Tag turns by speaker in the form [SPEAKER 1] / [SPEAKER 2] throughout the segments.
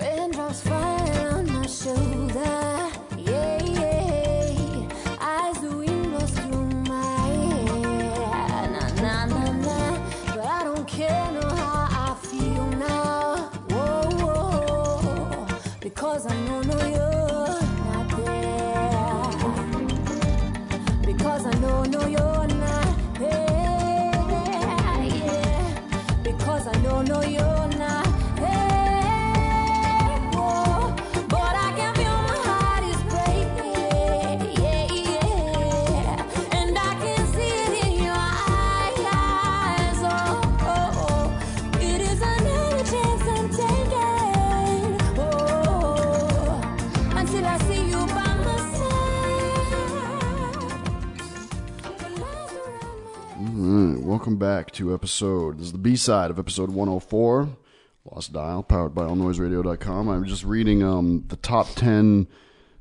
[SPEAKER 1] Raindrops falling on my shoulder. Yeah, yeah. Eyes the windows through my hair. Na, na, na, na. But I don't care no how I feel now. Whoa, whoa. Because I know, no, you're not there. Because I know, no, you're not there. Yeah. Because I know, no, you're not there. But I can feel my heart is breaking, yeah, yeah. And I can see it in your eyes, oh, It is another chance I'm taking, oh, until I see you by my side.
[SPEAKER 2] All right, welcome back to episode. This is the B side of episode 104, Lost Dial, powered by AllNoiseRadio.com. I'm just reading um, the top 10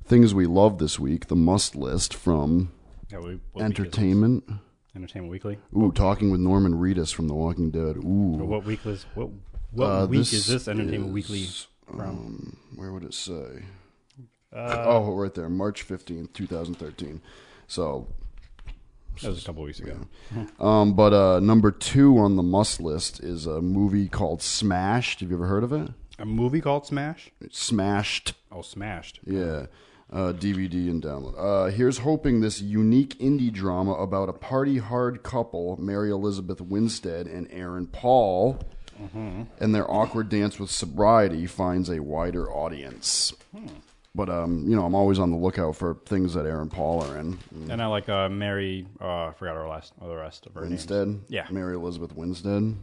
[SPEAKER 2] things we love this week, the must list from
[SPEAKER 3] Yeah, we, what week is it?
[SPEAKER 2] Entertainment.
[SPEAKER 3] Entertainment Weekly.
[SPEAKER 2] Ooh, talking with Norman Reedus from The Walking Dead.
[SPEAKER 3] Or
[SPEAKER 2] Ooh,
[SPEAKER 3] what week was what? What
[SPEAKER 2] Uh,
[SPEAKER 3] week
[SPEAKER 2] this
[SPEAKER 3] is this Entertainment Weekly
[SPEAKER 2] is, um,
[SPEAKER 3] from?
[SPEAKER 2] where would it say? oh, right there, March 15th, 2013. So
[SPEAKER 3] That was a couple weeks ago.
[SPEAKER 2] Um, but uh, number two on the must list is a movie called Smashed. Have you ever heard of it?
[SPEAKER 3] A movie called Smash.
[SPEAKER 2] It's smashed.
[SPEAKER 3] Oh, smashed.
[SPEAKER 2] Yeah. Uh, DVD and download. Uh, here's hoping this unique indie drama about a party hard couple, Mary Elizabeth Winstead and Aaron Paul, and their awkward dance with sobriety finds a wider audience. But um, you know, I'm always on the lookout for things that Aaron Paul are in.
[SPEAKER 3] And I like uh, Mary. Uh, I forgot her last or the rest of her names.
[SPEAKER 2] Winstead,
[SPEAKER 3] Yeah.
[SPEAKER 2] Mary Elizabeth Winstead.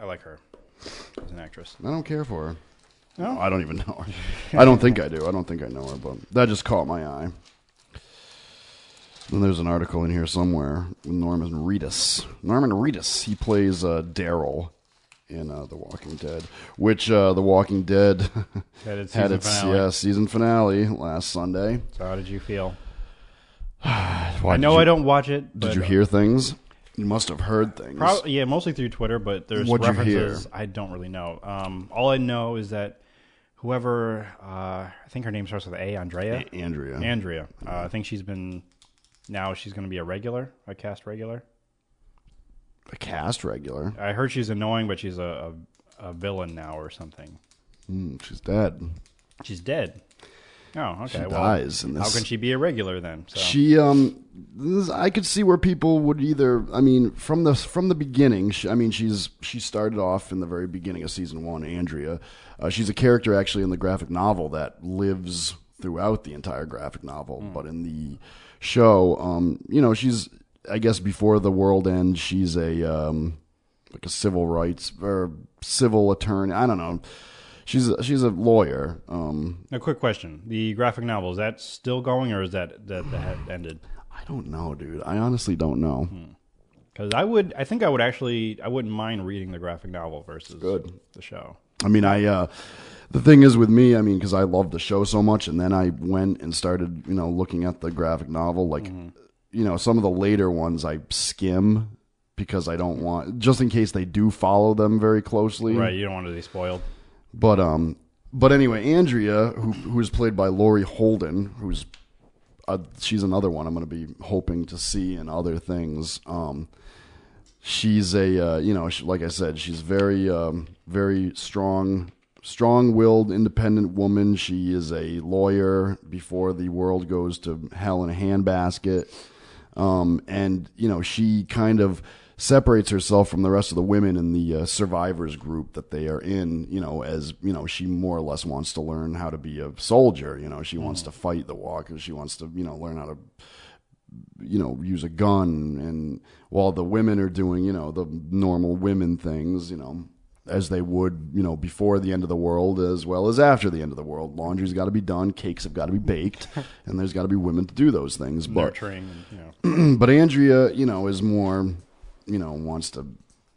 [SPEAKER 3] I like her as an actress.
[SPEAKER 2] I don't care for her.
[SPEAKER 3] No?
[SPEAKER 2] I don't even know her. I don't think I do. I don't think I know her, but that just caught my eye. Then there's an article in here somewhere with Norman Reedus. Norman Reedus, he plays uh, Daryl in uh, The Walking Dead, which uh, The Walking Dead
[SPEAKER 3] Had its
[SPEAKER 2] had
[SPEAKER 3] season
[SPEAKER 2] its
[SPEAKER 3] finale.
[SPEAKER 2] yeah, season finale last Sunday.
[SPEAKER 3] So how did you feel?
[SPEAKER 2] Why
[SPEAKER 3] I
[SPEAKER 2] did
[SPEAKER 3] know
[SPEAKER 2] you-
[SPEAKER 3] I don't watch it.
[SPEAKER 2] Did
[SPEAKER 3] but,
[SPEAKER 2] you
[SPEAKER 3] uh,
[SPEAKER 2] hear things? You must have heard things.
[SPEAKER 3] Prob- yeah, mostly through Twitter, but there's
[SPEAKER 2] What'd you
[SPEAKER 3] references
[SPEAKER 2] hear?
[SPEAKER 3] I don't really know. Um, all I know is that whoever, uh, I think her name starts with A, Andrea.
[SPEAKER 2] A- Andrea.
[SPEAKER 3] Andrea. Uh, I think she's been, now she's going to be a regular, a cast regular.
[SPEAKER 2] A cast regular.
[SPEAKER 3] I heard she's annoying, but she's a, a, a villain now or something.
[SPEAKER 2] Mm, she's dead.
[SPEAKER 3] She's dead. Oh, okay. well,
[SPEAKER 2] dies in
[SPEAKER 3] How
[SPEAKER 2] this.
[SPEAKER 3] can she be a regular then? So,
[SPEAKER 2] She um this, I could see where people would either I mean from the from the beginning she, I mean she's she started off in the very beginning of season 1 Andrea. Uh, she's a character actually in the graphic novel that lives throughout the entire graphic novel, but in the show um you know she's I guess before the world ends she's a um like a civil rights or civil attorney, I don't know. She's a, she's a lawyer. Um
[SPEAKER 3] a quick question: the graphic novel is that still going, or is that that, that ended?
[SPEAKER 2] I don't know, dude. I honestly don't know.
[SPEAKER 3] Because I would, I think I would actually, I wouldn't mind reading the graphic novel versus
[SPEAKER 2] Good.
[SPEAKER 3] the show.
[SPEAKER 2] I mean, I uh, the thing is with me, I mean, because I loved the show so much, and then I went and started, you know, looking at the graphic novel. Like, you know, some of the later ones I skim because I don't want just in case they do follow them very closely.
[SPEAKER 3] Right? You don't want to be spoiled.
[SPEAKER 2] But um, but anyway, Andrea, who who is played by Laurie Holden, who's uh, she's another one I'm going to be hoping to see in other things. Um, she's a uh, you know, she, like I said, she's very um, very strong, strong-willed, independent woman. She is a lawyer before the world goes to hell in a handbasket. Um, and you know, she kind of separates herself from the rest of the women in the uh, survivors group that they are in. You know, as you know, she more or less wants to learn how to be a soldier. You know, she wants to fight the walkers. She wants to you know learn how to you know, use a gun, and while the women are doing, you know, the normal women things, you know, as they would, you know, before the end of the world as well as after the end of the world. Laundry's got to be done, cakes have got to be baked, and there's got to be women to do those things. But
[SPEAKER 3] nurturing. and, You know.
[SPEAKER 2] but Andrea, you know, is more, you know, wants to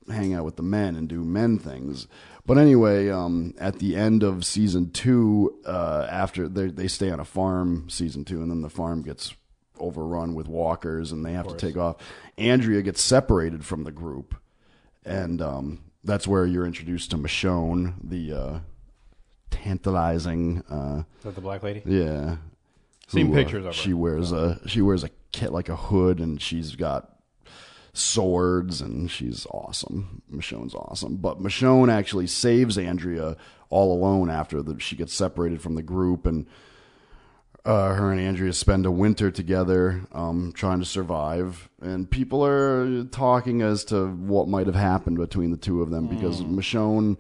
[SPEAKER 2] hang out with the men and do men things. But anyway, um, at the end of season two, uh, after they they stay on a farm season two, and then the farm gets overrun with walkers, and they have to take off. Andrea gets separated from the group, and um, that's where you're introduced to Michonne, the uh, tantalizing. Uh,
[SPEAKER 3] Is that the black lady?
[SPEAKER 2] yeah.
[SPEAKER 3] Seen
[SPEAKER 2] Who, uh,
[SPEAKER 3] pictures of her.
[SPEAKER 2] She wears a she wears a kit like a hood and she's got swords and she's awesome. Michonne's awesome. But Michonne actually saves Andrea all alone after the, she gets separated from the group and uh, her and Andrea spend a winter together um, trying to survive. And people are talking as to what might have happened between the two of them because
[SPEAKER 3] Hmm.
[SPEAKER 2] Michonne.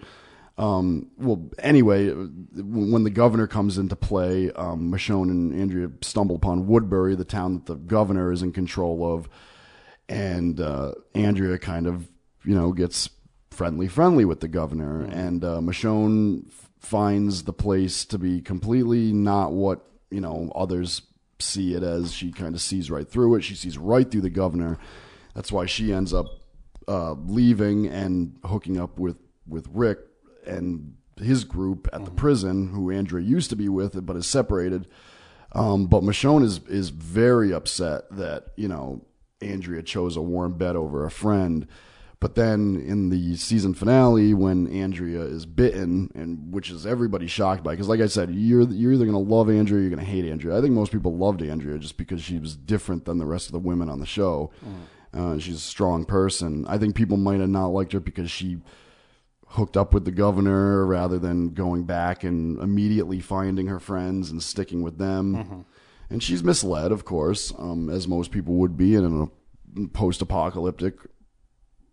[SPEAKER 2] Um, well, anyway, when the governor comes into play, um, Michonne and Andrea stumble upon Woodbury, the town that the governor is in control of, and uh, Andrea kind of, you know, gets friendly, friendly with the governor, and uh, Michonne f- finds the place to be completely not what you know others see it as. She kind of sees right through it. She sees right through the governor. That's why she ends up uh, leaving and hooking up with with Rick and his group at the prison, who Andrea used to be with, but is separated. Um, but Michonne is is very upset that you know Andrea chose a warm bed over a friend. But then in the season finale, when Andrea is bitten, and which is everybody shocked by, because like I said, you're you're either gonna love Andrea, or you're gonna hate Andrea. I think most people loved Andrea just because she was different than the rest of the women on the show. Uh, she's a strong person. I think people might have not liked her because she hooked up with the governor rather than going back and immediately finding her friends and sticking with them.
[SPEAKER 3] Mm-hmm.
[SPEAKER 2] And she's misled, of course, um, as most people would be in a post apocalyptic.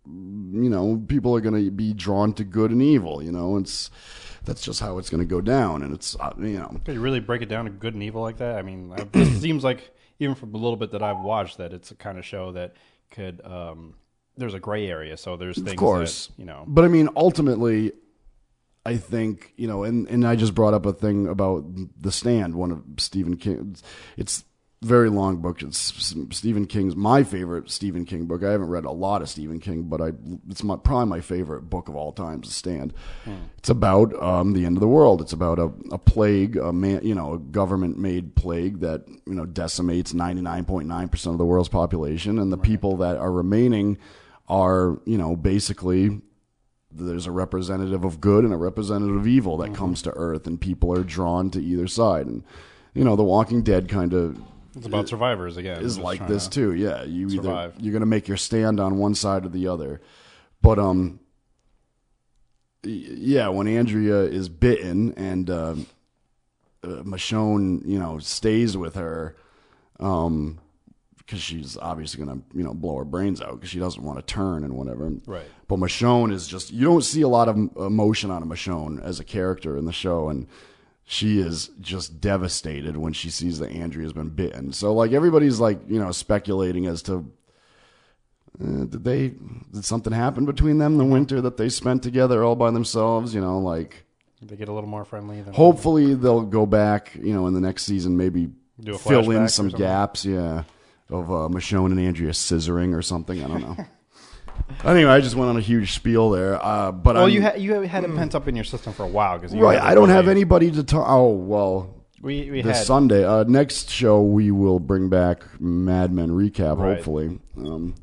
[SPEAKER 2] You know, people are going to be drawn to good and evil. You know, it's that's just how it's going to go down. And it's, uh, you know,
[SPEAKER 3] Could you really break it down to good and evil like that? I mean, I- it seems like even from a little bit that I've watched, that it's a kind of show that could. Um, there's a gray area, so there's things.
[SPEAKER 2] of course.
[SPEAKER 3] That, you know.
[SPEAKER 2] But I mean, ultimately, I think you know, and and I just brought up a thing about the Stand, one of Stephen King. It's a very long book. It's Stephen King's my favorite Stephen King book. I haven't read a lot of Stephen King, but I it's my, probably my favorite book of all time. The Stand. It's about um, the end of the world. It's about a, a plague, a man, you know, a government made plague that you know decimates ninety nine point nine percent of the world's population, and the people that are remaining are you know basically there's a representative of good and a representative of evil
[SPEAKER 3] Mm-hmm.
[SPEAKER 2] that comes to earth and people are drawn to either side and you know the walking dead kind of
[SPEAKER 3] It's about survivors again.
[SPEAKER 2] is
[SPEAKER 3] Just
[SPEAKER 2] like
[SPEAKER 3] trying
[SPEAKER 2] this
[SPEAKER 3] to-
[SPEAKER 2] too yeah you
[SPEAKER 3] survive.
[SPEAKER 2] either you're going to make your stand on one side or the other but um y- yeah when andrea is bitten and um uh, michonne you know stays with her um because she's obviously going to you know blow her brains out because she doesn't want to turn and whatever
[SPEAKER 3] Right.
[SPEAKER 2] but Michonne is just you don't see a lot of emotion out of Michonne as a character in the show, and she is just devastated when she sees that Andrea's been bitten. So like everybody's like you know speculating as to uh, did they did something happen between them the winter that they spent together all by themselves? You know like
[SPEAKER 3] They get a little more friendly. Than
[SPEAKER 2] hopefully they'll go back you know in the next season maybe
[SPEAKER 3] Do a
[SPEAKER 2] fill
[SPEAKER 3] flashback
[SPEAKER 2] in
[SPEAKER 3] or
[SPEAKER 2] some
[SPEAKER 3] something?
[SPEAKER 2] gaps yeah of uh, Michonne and Andrea scissoring or something I don't know. Anyway, I just went on a huge spiel there, uh, but
[SPEAKER 3] Well,
[SPEAKER 2] I'm,
[SPEAKER 3] you ha- you had it pent up in your system for a while because
[SPEAKER 2] Right, I don't have anybody to talk. Oh well,
[SPEAKER 3] We we
[SPEAKER 2] this
[SPEAKER 3] had
[SPEAKER 2] Sunday, uh, next show we will bring back Mad Men recap,
[SPEAKER 3] Right.
[SPEAKER 2] hopefully. Um,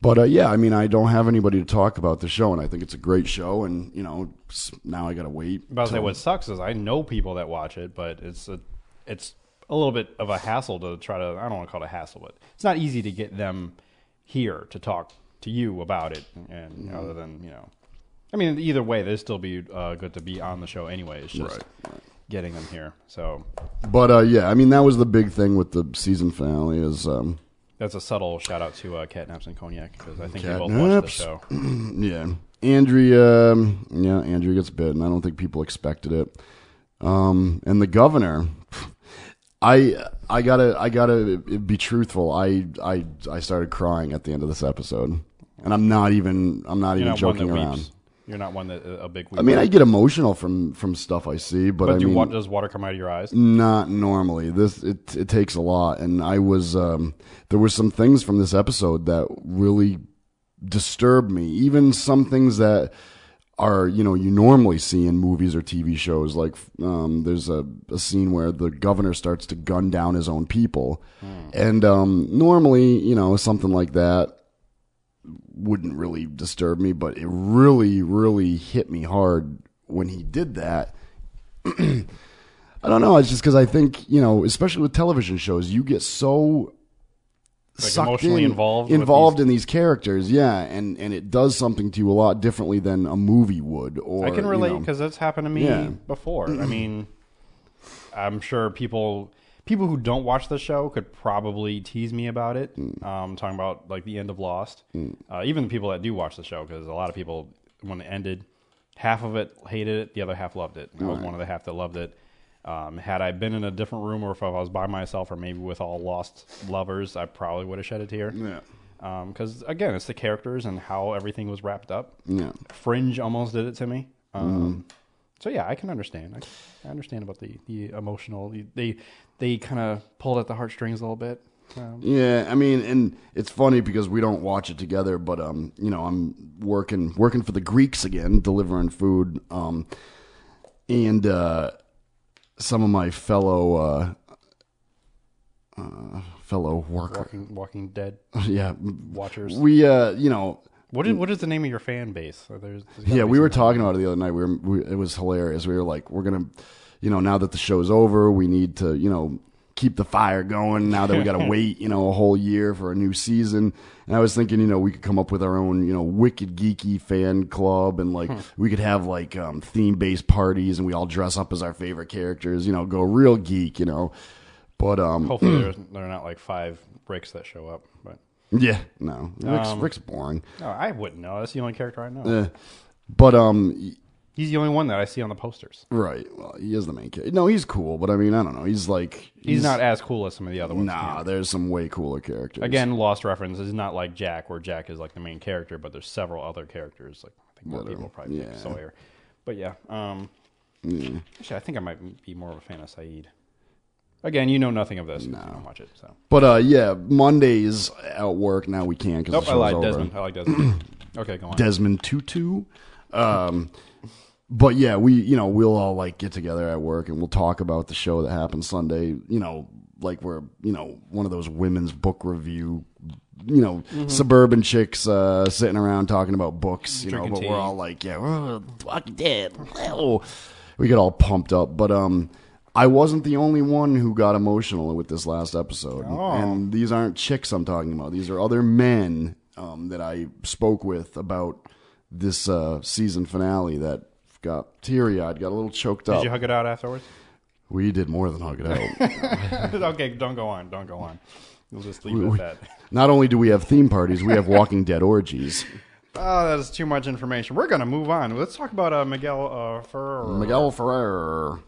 [SPEAKER 2] but uh, yeah, I mean, I don't have anybody to talk about the show, and I think it's a great show. And you know, s- now I gotta wait.
[SPEAKER 3] about to say
[SPEAKER 2] till-
[SPEAKER 3] what sucks is I know people that watch it, but it's a it's a little bit of a hassle to try to. I don't want to call it a hassle, but it's not easy to get them here to talk to you about it. And
[SPEAKER 2] Mm-hmm.
[SPEAKER 3] other than you know, I mean, either way, they'd still be uh, good to be on the show anyway. It's just getting them here. So
[SPEAKER 2] But uh, yeah, I mean, that was the big thing with the season finale is um,
[SPEAKER 3] that's a subtle shout out to uh, Catnaps and Cognac because I think we both watched the
[SPEAKER 2] Catnaps.
[SPEAKER 3] show.
[SPEAKER 2] Yeah. Andrea, um, yeah, Andrea gets bitten. I don't think people expected it. Um, and the governor, I I gotta I gotta be truthful. I I I started crying at the end of this episode, and I'm not even I'm not even
[SPEAKER 3] You're not
[SPEAKER 2] joking
[SPEAKER 3] one that
[SPEAKER 2] around.
[SPEAKER 3] weeps. You're not one that uh, a big. Weeper.
[SPEAKER 2] I mean, I get emotional from from stuff I see, but,
[SPEAKER 3] but
[SPEAKER 2] I
[SPEAKER 3] do
[SPEAKER 2] mean,
[SPEAKER 3] wa- does water come out of your eyes?
[SPEAKER 2] not normally. This it it takes a lot, and I was um, there were some things from this episode that really disturbed me. Even some things that are you know you normally see in movies or TV shows. Like um, there's a, a scene where the governor starts to gun down his own people,
[SPEAKER 3] Hmm.
[SPEAKER 2] and um, normally you know something like that wouldn't really disturb me, but it really really hit me hard when he did that. I don't know. It's just because I think you know, especially with television shows, you get so sucked
[SPEAKER 3] emotionally
[SPEAKER 2] in,
[SPEAKER 3] involved with
[SPEAKER 2] involved in these characters. Yeah, and and it does something to you a lot differently than a movie would. Or
[SPEAKER 3] I can
[SPEAKER 2] you
[SPEAKER 3] relate
[SPEAKER 2] know.
[SPEAKER 3] because that's happened to me
[SPEAKER 2] Yeah. Mm-hmm.
[SPEAKER 3] before. I mean, I'm sure people people who don't watch the show could probably tease me about it.
[SPEAKER 2] Mm.
[SPEAKER 3] Um, talking about like the end of Lost, uh, even the people that do watch the show, because a lot of people when it ended, half of it hated it, the other half loved it. I was one of the half that loved it. Um, had I been in a different room, or if I was by myself, or maybe with all Lost lovers, I probably would have shed a tear.
[SPEAKER 2] Yeah.
[SPEAKER 3] Because again, it's the characters and how everything was wrapped up.
[SPEAKER 2] Yeah.
[SPEAKER 3] Fringe almost did it to me.
[SPEAKER 2] Mm-hmm.
[SPEAKER 3] Um, So yeah, I can understand. I, I understand about the the emotional. They they kind of pulled at the heartstrings a little bit. Um,
[SPEAKER 2] Yeah, I mean, and it's funny because we don't watch it together, but um, you know, I'm working working for the Greeks again, delivering food, um, and uh, some of my fellow uh, uh, fellow worker,
[SPEAKER 3] Walking Walking Dead
[SPEAKER 2] yeah,
[SPEAKER 3] watchers.
[SPEAKER 2] we uh, you know,
[SPEAKER 3] What is what is the name of your fan base? Are There's, there's gotta
[SPEAKER 2] Yeah,
[SPEAKER 3] be
[SPEAKER 2] we were
[SPEAKER 3] some-
[SPEAKER 2] talking about it the other night. We were, we, it was hilarious. We were like, we're gonna, you know, now that the show's over, we need to, you know, keep the fire going. Now that we got to wait, you know, a whole year for a new season. And I was thinking, you know, we could come up with our own, you know, wicked geeky fan club, and
[SPEAKER 3] Hmm.
[SPEAKER 2] like we could have like um, theme based parties, and we all dress up as our favorite characters. You know, go real geek. You know, but um,
[SPEAKER 3] Hopefully, there's, there are not like five Ricks that show up. But
[SPEAKER 2] yeah, no, Rick's,
[SPEAKER 3] Um,
[SPEAKER 2] Rick's boring.
[SPEAKER 3] no, I wouldn't know. That's the only character I know.
[SPEAKER 2] But um,
[SPEAKER 3] He's the only one that I see on the posters.
[SPEAKER 2] Right. Well, he is the main character. No, he's cool, but I mean, I don't know. He's like
[SPEAKER 3] He's, not as cool as some of the other ones.
[SPEAKER 2] Nah, there's some way cooler characters.
[SPEAKER 3] Again, Lost reference is not like Jack, where Jack is like the main character, but there's several other characters. Like I think more people probably
[SPEAKER 2] yeah.
[SPEAKER 3] think Sawyer, but yeah. Um, Actually, I think I might be more of a fan of Saeed. Again, you know nothing of this. 'cause You don't watch it, so.
[SPEAKER 2] but uh, yeah, Mondays at work now we can't because
[SPEAKER 3] Nope,
[SPEAKER 2] the
[SPEAKER 3] I
[SPEAKER 2] show's
[SPEAKER 3] lied.
[SPEAKER 2] over.
[SPEAKER 3] Desmond, I like Desmond. okay, go on.
[SPEAKER 2] Desmond Tutu. Um, but yeah, we you know we'll all like get together at work and we'll talk about the show that happened Sunday. You know, like we're you know one of those women's book review. You know,
[SPEAKER 3] Mm-hmm.
[SPEAKER 2] suburban chicks uh, sitting around talking about books. You
[SPEAKER 3] Drinking
[SPEAKER 2] know, but
[SPEAKER 3] tea.
[SPEAKER 2] we're all like, yeah, we're Walking Dead. Oh. We get all pumped up, but um. I wasn't the only one who got emotional with this last episode,
[SPEAKER 3] Oh.
[SPEAKER 2] and these aren't chicks I'm talking about. These are other men um, that I spoke with about this uh, season finale that got teary eyed, got a little choked
[SPEAKER 3] Did
[SPEAKER 2] up.
[SPEAKER 3] you hug it out afterwards?
[SPEAKER 2] we did more than hug it out.
[SPEAKER 3] okay, don't go on. Don't go on. We'll just leave
[SPEAKER 2] we-
[SPEAKER 3] it at that.
[SPEAKER 2] Not only do we have theme parties, we have Walking Dead orgies.
[SPEAKER 3] Oh, that is too much information. We're gonna move on. Let's talk about uh, Miguel uh, Ferrer.
[SPEAKER 2] Miguel Ferrer.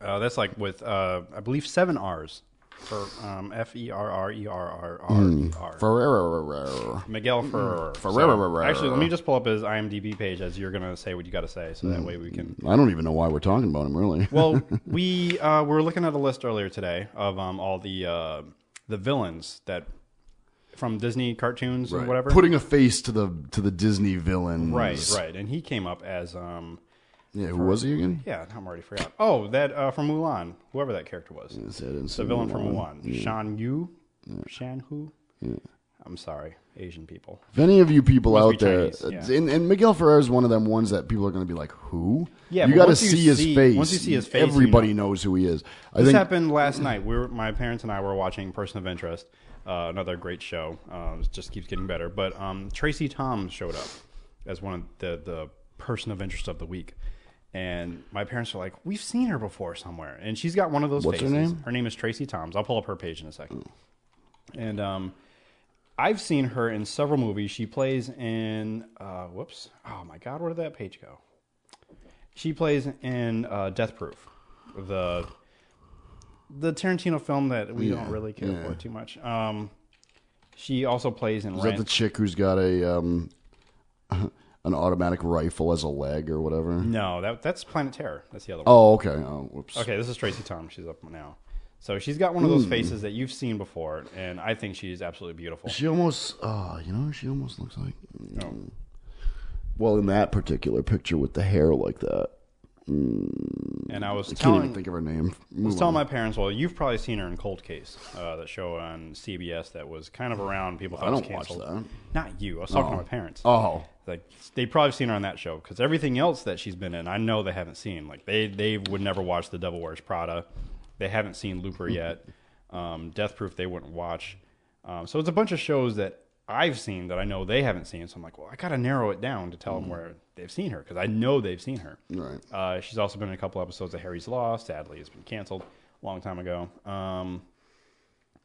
[SPEAKER 3] Uh, that's like with uh, I believe seven R's for um, F E R R E R R R E
[SPEAKER 2] Hmm.
[SPEAKER 3] R.
[SPEAKER 2] Ferrer.
[SPEAKER 3] Miguel Ferrer.
[SPEAKER 2] Ferrer.
[SPEAKER 3] So, actually, let me just pull up his IMDb page as you're gonna say what you gotta say, so that way we can.
[SPEAKER 2] I don't even know why we're talking about him, really.
[SPEAKER 3] Well, we uh, were looking at a list earlier today of um, all the uh, the villains that from Disney cartoons or whatever.
[SPEAKER 2] Putting a face to the to the Disney villain.
[SPEAKER 3] right, right, and he came up as um,
[SPEAKER 2] Yeah, who was he again?
[SPEAKER 3] yeah, I'm already forgot. Oh, that uh, from Mulan, whoever that character was.
[SPEAKER 2] It's
[SPEAKER 3] the villain from Mulan, Shan Yu, Shan Hu. I'm sorry, Asian people.
[SPEAKER 2] If any of you people
[SPEAKER 3] Must
[SPEAKER 2] out
[SPEAKER 3] be
[SPEAKER 2] there, uh,
[SPEAKER 3] Chinese, yeah.
[SPEAKER 2] and, and Miguel Ferrer is one of them ones that people are going to be like, "Who?"
[SPEAKER 3] Yeah,
[SPEAKER 2] you
[SPEAKER 3] but
[SPEAKER 2] got to
[SPEAKER 3] once you
[SPEAKER 2] see his
[SPEAKER 3] see-
[SPEAKER 2] face.
[SPEAKER 3] once you see his face, you
[SPEAKER 2] everybody knows who he is. I
[SPEAKER 3] This
[SPEAKER 2] think
[SPEAKER 3] happened last night. We were, my parents and I were watching Person of Interest, uh, another great show. Uh, it just keeps getting better. But um, Tracy Tom showed up as one of the, the Person of Interest of the week. And my parents are like, we've seen her before somewhere. And she's got one of those
[SPEAKER 2] What's her
[SPEAKER 3] faces.
[SPEAKER 2] name?
[SPEAKER 3] Her name is Tracy Toms. I'll pull up her page in a second. And um, I've seen her in several movies. She plays in, uh, whoops. Oh my God, where did that page go? She plays in uh, Death Proof, the the Tarantino film that we
[SPEAKER 2] Yeah,
[SPEAKER 3] don't really care
[SPEAKER 2] yeah.
[SPEAKER 3] for too much. Um, she also plays in
[SPEAKER 2] Is that the
[SPEAKER 3] Rent.
[SPEAKER 2] chick who's got a um, an automatic rifle as a leg or whatever?
[SPEAKER 3] no, that that's Planet Terror. That's the other one.
[SPEAKER 2] Oh, okay. Oh, whoops.
[SPEAKER 3] Okay, this is Tracy Tom. She's up now. So she's got one of
[SPEAKER 2] Hmm.
[SPEAKER 3] those faces that you've seen before, and I think she's absolutely beautiful. Oh,
[SPEAKER 2] She almost, uh, you know, she almost looks like. Well, in that particular picture with the hair like that,
[SPEAKER 3] And I was
[SPEAKER 2] I can't
[SPEAKER 3] telling,
[SPEAKER 2] even think of her name.
[SPEAKER 3] I was
[SPEAKER 2] Move
[SPEAKER 3] telling
[SPEAKER 2] on.
[SPEAKER 3] my parents, well, you've probably seen her in Cold Case, uh, that show on CBS that was kind of around. People thought
[SPEAKER 2] I
[SPEAKER 3] it was
[SPEAKER 2] don't watch that.
[SPEAKER 3] canceled. Not you. I was talking to my parents.
[SPEAKER 2] Oh,
[SPEAKER 3] Like they probably seen her on that show because everything else that she's been in, I know they haven't seen. Like they they would never watch The Devil Wears Prada. They haven't seen Looper
[SPEAKER 2] Hmm.
[SPEAKER 3] yet. Um, Death Proof they wouldn't watch. Um, so it's a bunch of shows that I've seen that I know they haven't seen. So I'm like, well, I gotta narrow it down to tell them where they've seen her because I know they've seen her.
[SPEAKER 2] Hmm. Right.
[SPEAKER 3] Uh, she's also been in a couple episodes of Harry's Law. Sadly, it's been canceled a long time ago. Um,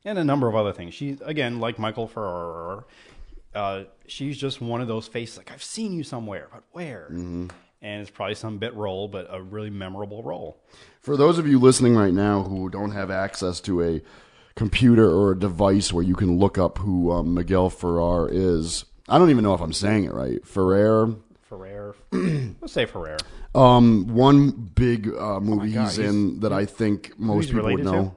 [SPEAKER 3] and a number of other things. She again, like Michael Ferrer, uh, she's just one of those faces. Like I've seen you somewhere, but where?
[SPEAKER 2] Mm-hmm.
[SPEAKER 3] And it's probably some bit role, but a really memorable role.
[SPEAKER 2] For those of you listening right now who don't have access to a computer or a device where you can look up who um, Miguel Ferrer is, I don't even know if I'm saying it right. Ferrer,
[SPEAKER 3] Ferrer, let's say Ferrer.
[SPEAKER 2] um, one big uh, movie
[SPEAKER 3] Oh God,
[SPEAKER 2] he's,
[SPEAKER 3] he's-
[SPEAKER 2] in that I think most
[SPEAKER 3] he's
[SPEAKER 2] people would
[SPEAKER 3] related to?
[SPEAKER 2] know.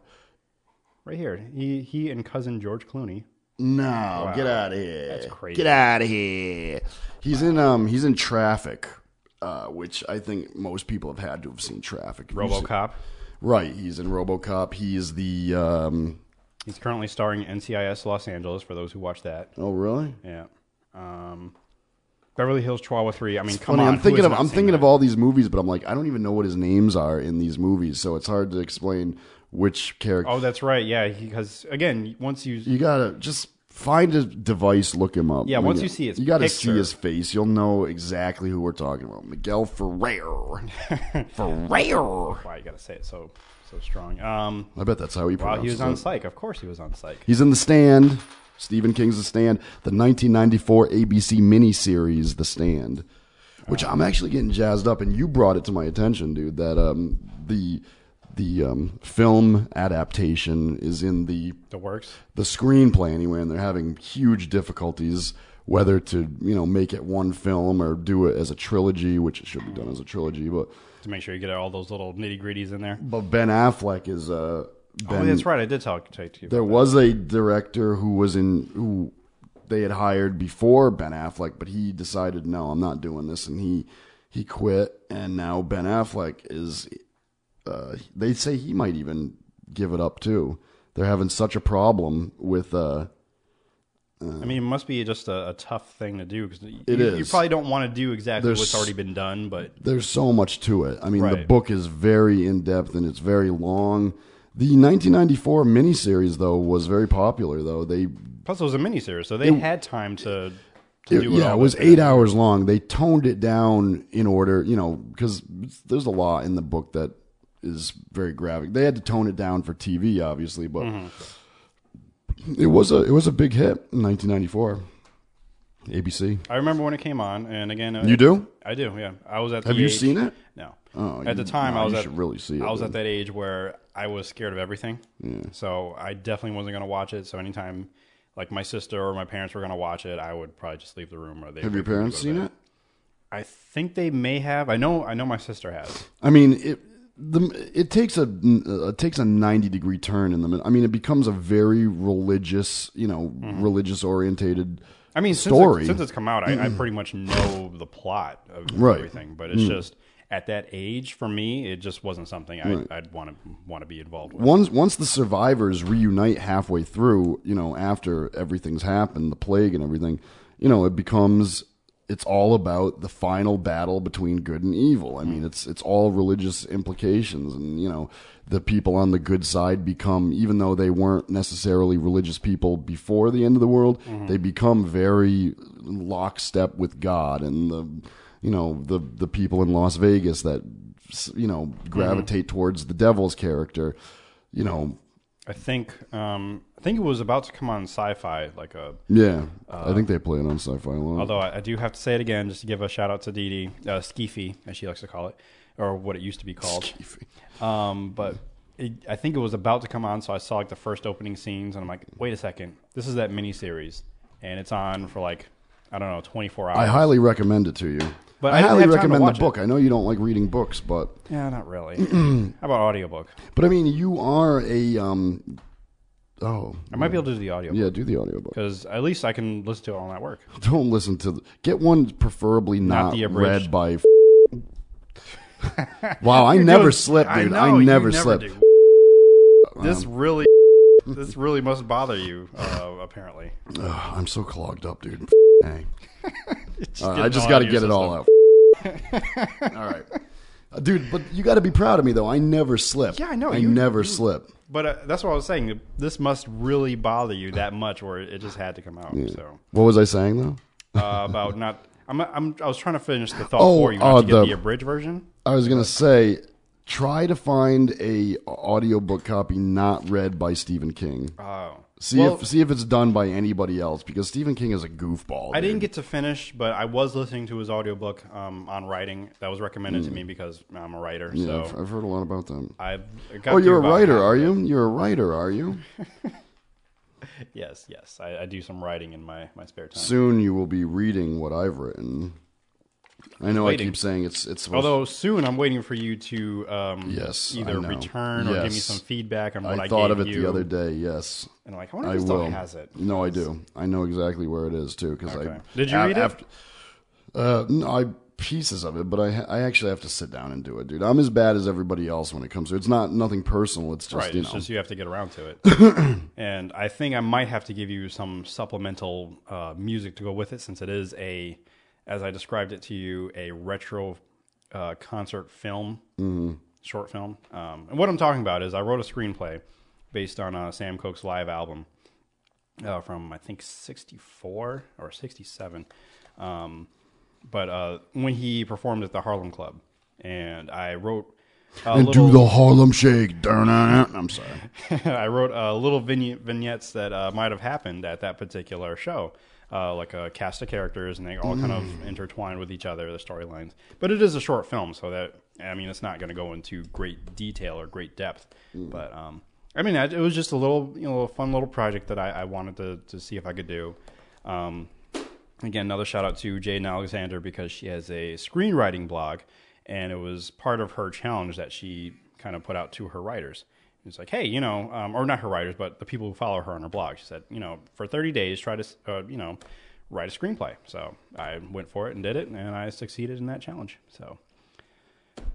[SPEAKER 3] Right here, he he and cousin George Clooney.
[SPEAKER 2] No, get out of here!
[SPEAKER 3] That's crazy.
[SPEAKER 2] Get out of here! He's in um, he's in Traffic, uh, which I think most people have had to have seen Traffic. If you've seen-
[SPEAKER 3] RoboCop.
[SPEAKER 2] right? He's in RoboCop. He is the um,
[SPEAKER 3] He's currently starring in NCIS Los Angeles. For those who watch that,
[SPEAKER 2] oh really?
[SPEAKER 3] yeah. Um, Beverly Hills Chihuahua Three. I mean, come
[SPEAKER 2] Funny,
[SPEAKER 3] on.
[SPEAKER 2] I'm thinking of I'm thinking
[SPEAKER 3] of all.
[SPEAKER 2] of all these movies, but I'm like, I don't even know what his names are in these movies, so it's hard to explain which character.
[SPEAKER 3] Oh, that's right. Yeah, because again, once you,
[SPEAKER 2] You gotta just find a device, look him up.
[SPEAKER 3] Yeah,
[SPEAKER 2] I mean,
[SPEAKER 3] once you see his
[SPEAKER 2] you gotta see
[SPEAKER 3] picture.
[SPEAKER 2] his face. You'll know exactly who we're talking about. Miguel Ferrer. Ferrer.
[SPEAKER 3] wow, you got to say it so so strong. Um,
[SPEAKER 2] I bet that's how he
[SPEAKER 3] wow,
[SPEAKER 2] pronounced
[SPEAKER 3] he was on
[SPEAKER 2] it.
[SPEAKER 3] Psych. Of course, he was on Psych.
[SPEAKER 2] He's in The Stand. Stephen King's The Stand, the 1994 ABC miniseries The Stand, which I'm actually getting jazzed up. And you brought it to my attention, dude, that um, the the um, film adaptation is in the
[SPEAKER 3] The works.
[SPEAKER 2] the screenplay anyway, and they're having huge difficulties whether to you know make it one film or do it as a trilogy, which it should be done as a trilogy. But
[SPEAKER 3] To make sure you get all those little nitty gritties in there.
[SPEAKER 2] but Ben Affleck is uh, Ben
[SPEAKER 3] oh, that's right. I did talk to you.
[SPEAKER 2] There was a director who was in who they had hired before Ben Affleck, but he decided, no, I'm not doing this, and he he quit, and now Ben Affleck is. Uh, they say he might even give it up too. They're having such a problem with. Uh,
[SPEAKER 3] I mean, it must be just a, a tough thing to do because you,
[SPEAKER 2] It
[SPEAKER 3] you
[SPEAKER 2] is.
[SPEAKER 3] probably don't want to do exactly
[SPEAKER 2] There's-
[SPEAKER 3] what's already been done. But
[SPEAKER 2] there's so much to it. I mean, the
[SPEAKER 3] Right.
[SPEAKER 2] book is very in depth and it's very long. The 1994 miniseries though was very popular though. They
[SPEAKER 3] plus, it was a miniseries, so they had time to. to
[SPEAKER 2] It-
[SPEAKER 3] do
[SPEAKER 2] yeah,
[SPEAKER 3] all
[SPEAKER 2] it was
[SPEAKER 3] that.
[SPEAKER 2] eight hours long. They toned it down in order, you know, because there's a law in the book that is very graphic. They had to tone it down for TV, obviously, but
[SPEAKER 3] Mm-hmm.
[SPEAKER 2] it was a it was a big hit in 1994. ABC.
[SPEAKER 3] I remember when it came on, and again, uh,
[SPEAKER 2] You do?
[SPEAKER 3] I do. Yeah, I was at.
[SPEAKER 2] Have
[SPEAKER 3] the
[SPEAKER 2] you
[SPEAKER 3] age-
[SPEAKER 2] seen it?
[SPEAKER 3] No.
[SPEAKER 2] Oh,
[SPEAKER 3] at
[SPEAKER 2] you-
[SPEAKER 3] the time,
[SPEAKER 2] no,
[SPEAKER 3] I was
[SPEAKER 2] you
[SPEAKER 3] at,
[SPEAKER 2] should really see it,
[SPEAKER 3] I was at
[SPEAKER 2] dude.
[SPEAKER 3] that age where I was scared of everything. So I definitely wasn't going to watch it. So anytime, like my sister or my parents were going to watch it, I would probably just leave the room. Or they
[SPEAKER 2] Have your parents seen it?
[SPEAKER 3] I think they may have. I know. I know my sister has.
[SPEAKER 2] I mean, it the it takes a uh, it takes a ninety degree turn in the mid- I mean, it becomes a very religious, you know, religious orientated.
[SPEAKER 3] Mm-hmm. I mean, since,
[SPEAKER 2] story.
[SPEAKER 3] It, since it's come out, I, I pretty much know the plot of
[SPEAKER 2] Right. Mm.
[SPEAKER 3] everything. But it's just at that age for me, it just wasn't something I, I'd want to want to be involved with.
[SPEAKER 2] once once the survivors reunite halfway through, you know, after everything's happened, the plague and everything, you know, it becomes it's all about the final battle between good and evil. I mean, it's it's all religious implications and you know, the people on the good side become even though they weren't necessarily religious people before the end of the world, they become very lockstep with God and the you know, the the people in Las Vegas that you know gravitate towards the devil's character you know
[SPEAKER 3] I think. Um, I think it was about to come on Sci-Fi, like a
[SPEAKER 2] yeah i think they play it on sci-fi a lot
[SPEAKER 3] Although I, I do have to say it again, just to give a shout out to Dee Dee, uh, Skeefy, as she likes to call it, or what it used to be called. Um, but it, I think it was about to come on, so I saw like the first opening scenes, and I'm like, wait a second, this is that miniseries, and it's on for like I don't know, 24 hours.
[SPEAKER 2] I highly recommend it to you.
[SPEAKER 3] But
[SPEAKER 2] I,
[SPEAKER 3] I didn't
[SPEAKER 2] highly
[SPEAKER 3] have time to
[SPEAKER 2] recommend the
[SPEAKER 3] watch it.
[SPEAKER 2] book. I know you don't like reading books, but
[SPEAKER 3] yeah, not really. How about audiobook?
[SPEAKER 2] but I mean, you are a um. Oh
[SPEAKER 3] I might be able to do the audio
[SPEAKER 2] yeah, do the audiobook.
[SPEAKER 3] because at least I can listen to it on that work.
[SPEAKER 2] Don't listen to the, get one preferably not,
[SPEAKER 3] the abridged.
[SPEAKER 2] read by. wow, I never slip, dude. I,
[SPEAKER 3] know, you
[SPEAKER 2] never Um, slip.
[SPEAKER 3] do. This really, this really must bother you, uh, apparently.
[SPEAKER 2] Ugh, I'm so clogged up, dude. Hey.
[SPEAKER 3] Just
[SPEAKER 2] All right,
[SPEAKER 3] get
[SPEAKER 2] Uh, I
[SPEAKER 3] it
[SPEAKER 2] just got
[SPEAKER 3] all
[SPEAKER 2] to
[SPEAKER 3] out of
[SPEAKER 2] get it
[SPEAKER 3] your
[SPEAKER 2] all out. all right, Uh, dude. But you got to be proud of me, though. I never slip.
[SPEAKER 3] Yeah, I know,
[SPEAKER 2] I
[SPEAKER 3] you-
[SPEAKER 2] never slip.
[SPEAKER 3] But uh, that's what I was saying. This must really bother you that much, where it just had to come out. So
[SPEAKER 2] What was I saying though?
[SPEAKER 3] uh, about not, I'm, I'm, I was trying to finish the thought
[SPEAKER 2] Oh,
[SPEAKER 3] for you, not
[SPEAKER 2] uh,
[SPEAKER 3] to get
[SPEAKER 2] the-
[SPEAKER 3] the, abridged version.
[SPEAKER 2] I was gonna say, try to find a audiobook copy not read by Stephen King.
[SPEAKER 3] Oh,
[SPEAKER 2] see
[SPEAKER 3] well-
[SPEAKER 2] if see if it's done by anybody else because Stephen King is a goofball.
[SPEAKER 3] I didn't
[SPEAKER 2] dude.
[SPEAKER 3] get to finish, but I was listening to his audiobook um, on writing. That was recommended to me because I'm a writer.
[SPEAKER 2] Hmm. Yeah, I've,
[SPEAKER 3] so
[SPEAKER 2] I've heard a lot about them.
[SPEAKER 3] I've, I got
[SPEAKER 2] Oh,
[SPEAKER 3] through
[SPEAKER 2] you're a
[SPEAKER 3] about
[SPEAKER 2] writer,
[SPEAKER 3] half
[SPEAKER 2] are
[SPEAKER 3] of it.
[SPEAKER 2] you? You're a writer, are you?
[SPEAKER 3] Yes, yes. I, I do some writing in my, my spare time.
[SPEAKER 2] Soon you will be reading what I've written. I know
[SPEAKER 3] Waiting.
[SPEAKER 2] I keep saying it's it's supposed
[SPEAKER 3] Although soon I'm waiting for you to um,
[SPEAKER 2] Yes, I
[SPEAKER 3] either
[SPEAKER 2] know.
[SPEAKER 3] return or give me
[SPEAKER 2] Yes.
[SPEAKER 3] some feedback on what I,
[SPEAKER 2] I thought
[SPEAKER 3] gave
[SPEAKER 2] of it
[SPEAKER 3] you.
[SPEAKER 2] the other day. Yes,
[SPEAKER 3] And I'm like, I wonder
[SPEAKER 2] I
[SPEAKER 3] if he still
[SPEAKER 2] will.
[SPEAKER 3] has it.
[SPEAKER 2] No, I do. I know exactly where it is too. Because I
[SPEAKER 3] Okay. Did you read it?
[SPEAKER 2] uh, no, I pieces of it, but I ha- I actually have to sit down and do it, dude. I'm as bad as everybody else when it comes to it's not nothing personal. It's just
[SPEAKER 3] Right,
[SPEAKER 2] you
[SPEAKER 3] it's
[SPEAKER 2] know
[SPEAKER 3] just you have to get around to it. and I think I might have to give you some supplemental uh, music to go with it, since it is a, as I described it to you, a retro uh, concert film,
[SPEAKER 2] Mm-hmm.
[SPEAKER 3] short film. Um, and what I'm talking about is I wrote a screenplay based on uh, Sam Cooke's live album uh, from I think '64 or '67. Um, but uh, when he performed at the Harlem Club, and I wrote. A
[SPEAKER 2] and
[SPEAKER 3] little,
[SPEAKER 2] do the Harlem Shake. Darn it. I'm sorry.
[SPEAKER 3] I wrote uh, little vignette, vignettes that uh, might have happened at that particular show, uh, like a cast of characters, and they all kind of intertwine with each other, the storylines. But it is a short film, so that I mean, it's not going to go into great detail or great depth. But um, I mean, I, it was just a little, you know, a fun little project that I, I wanted to, to see if I could do. Um, again, another shout out to Jaden Alexander because she has a screenwriting blog, and it was part of her challenge that she kind of put out to her writers. It's like, hey, you know, um, or not her writers, but the people who follow her on her blog. She said, you know, for 30 days, try to, uh, you know, write a screenplay. So I went for it and did it, and I succeeded in that challenge. So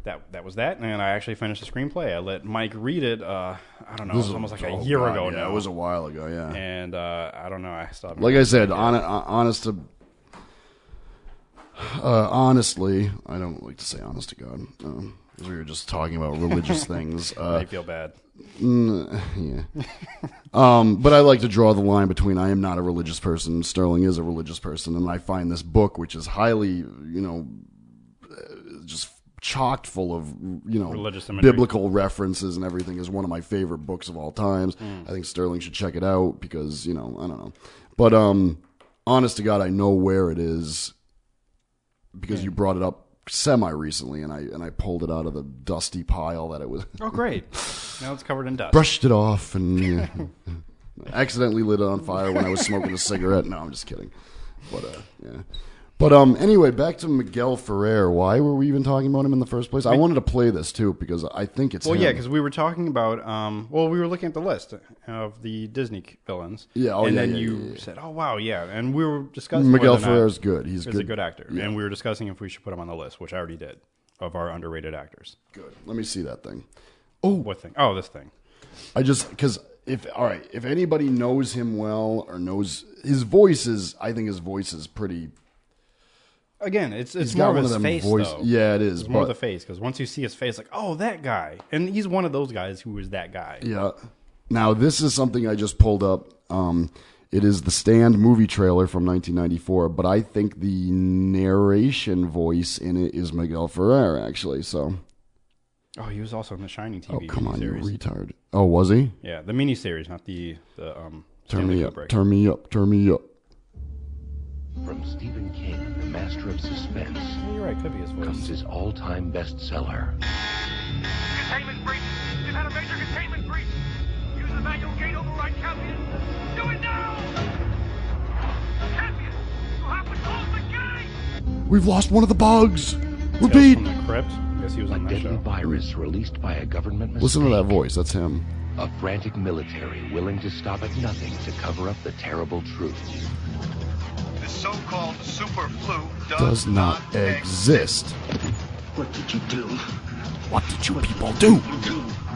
[SPEAKER 3] that that was that, and I actually finished the screenplay. I let Mike read it. Uh, I don't know, it was almost like a
[SPEAKER 2] Oh,
[SPEAKER 3] year
[SPEAKER 2] God,
[SPEAKER 3] ago
[SPEAKER 2] yeah,
[SPEAKER 3] now.
[SPEAKER 2] It was a while ago. Yeah.
[SPEAKER 3] and uh, I don't know, I still haven't
[SPEAKER 2] like I said, hon- uh, honest to uh, honestly, I don't like to say honest to God. Um, 'cause we were just talking about religious things. Uh,
[SPEAKER 3] I feel bad.
[SPEAKER 2] yeah. um, but I like to draw the line between I am not a religious person. Sterling is a religious person, and I find this book, which is highly, you know, uh, just chocked full of you know
[SPEAKER 3] Religious imagery.
[SPEAKER 2] biblical references and everything, is one of my favorite books of all times.
[SPEAKER 3] Hmm.
[SPEAKER 2] I think Sterling should check it out because you know I don't know, but um, honest to God, I know where it is because
[SPEAKER 3] Hmm.
[SPEAKER 2] you brought it up semi recently, and I and I pulled it out of the dusty pile that it was
[SPEAKER 3] Oh, great. now it's covered in dust.
[SPEAKER 2] brushed it off and yeah. accidentally lit it on fire when I was smoking a cigarette. No, I'm just kidding. But uh, yeah. But um, anyway, back to Miguel Ferrer. Why were we even talking about him in the first place? I wanted to play this too because I think it's
[SPEAKER 3] Well, yeah,
[SPEAKER 2] him.
[SPEAKER 3] because we were talking about, um, well, we were looking at the list of the Disney villains.
[SPEAKER 2] Yeah, oh,
[SPEAKER 3] and
[SPEAKER 2] yeah,
[SPEAKER 3] then
[SPEAKER 2] yeah,
[SPEAKER 3] you
[SPEAKER 2] yeah, yeah.
[SPEAKER 3] said, oh, wow, yeah. And we were discussing.
[SPEAKER 2] Miguel
[SPEAKER 3] whether or not
[SPEAKER 2] Ferrer's good. He's
[SPEAKER 3] Is
[SPEAKER 2] good.
[SPEAKER 3] a good actor. And we were discussing if we should put him on the list, which I already did, of our underrated actors.
[SPEAKER 2] good. Let me see that thing.
[SPEAKER 3] What thing? Oh, this thing.
[SPEAKER 2] I just because if all right, if anybody knows him well or knows his voice is, I think his voice is pretty.
[SPEAKER 3] Again, it's it's
[SPEAKER 2] He's
[SPEAKER 3] more
[SPEAKER 2] got
[SPEAKER 3] of
[SPEAKER 2] one
[SPEAKER 3] his
[SPEAKER 2] of them
[SPEAKER 3] face,
[SPEAKER 2] voice.
[SPEAKER 3] though.
[SPEAKER 2] Yeah, it is.
[SPEAKER 3] It's more
[SPEAKER 2] But
[SPEAKER 3] of the face, because once you see his face, like, oh, that guy. And he's one of those guys who is that guy.
[SPEAKER 2] Yeah. Now this is something I just pulled up. Um, it is the Stand movie trailer from 1994, but I think the narration voice in it is Miguel Ferrer actually. So,
[SPEAKER 3] Oh, he was also in the Shining
[SPEAKER 2] oh
[SPEAKER 3] TV
[SPEAKER 2] come on, you
[SPEAKER 3] series.
[SPEAKER 2] retard! Oh, was he?
[SPEAKER 3] yeah, the miniseries, not the, the um,
[SPEAKER 2] Turn
[SPEAKER 3] Stanley
[SPEAKER 2] me up!
[SPEAKER 3] Kubrick.
[SPEAKER 2] Turn me up! Turn me up!
[SPEAKER 4] From Stephen King, the master of suspense,
[SPEAKER 3] Yeah, you're right, could be his voice.
[SPEAKER 4] comes his all-time bestseller,
[SPEAKER 5] Containment breach. We've had a major containment breach. Use the manual gate override Cassian. Do it now! Cassian, you have to close the gate!
[SPEAKER 2] We've lost one of the bugs. We're
[SPEAKER 3] Tales
[SPEAKER 2] beat.
[SPEAKER 3] from the Crypt. I guess he was
[SPEAKER 4] A
[SPEAKER 3] on that
[SPEAKER 4] deadly
[SPEAKER 3] show.
[SPEAKER 4] virus released by a government mistake.
[SPEAKER 2] Listen to that voice. That's him.
[SPEAKER 4] A frantic military willing to stop at nothing to cover up the terrible truth.
[SPEAKER 6] The so-called super flu does,
[SPEAKER 2] Does not exist.
[SPEAKER 7] What did you do?
[SPEAKER 2] What did you people do?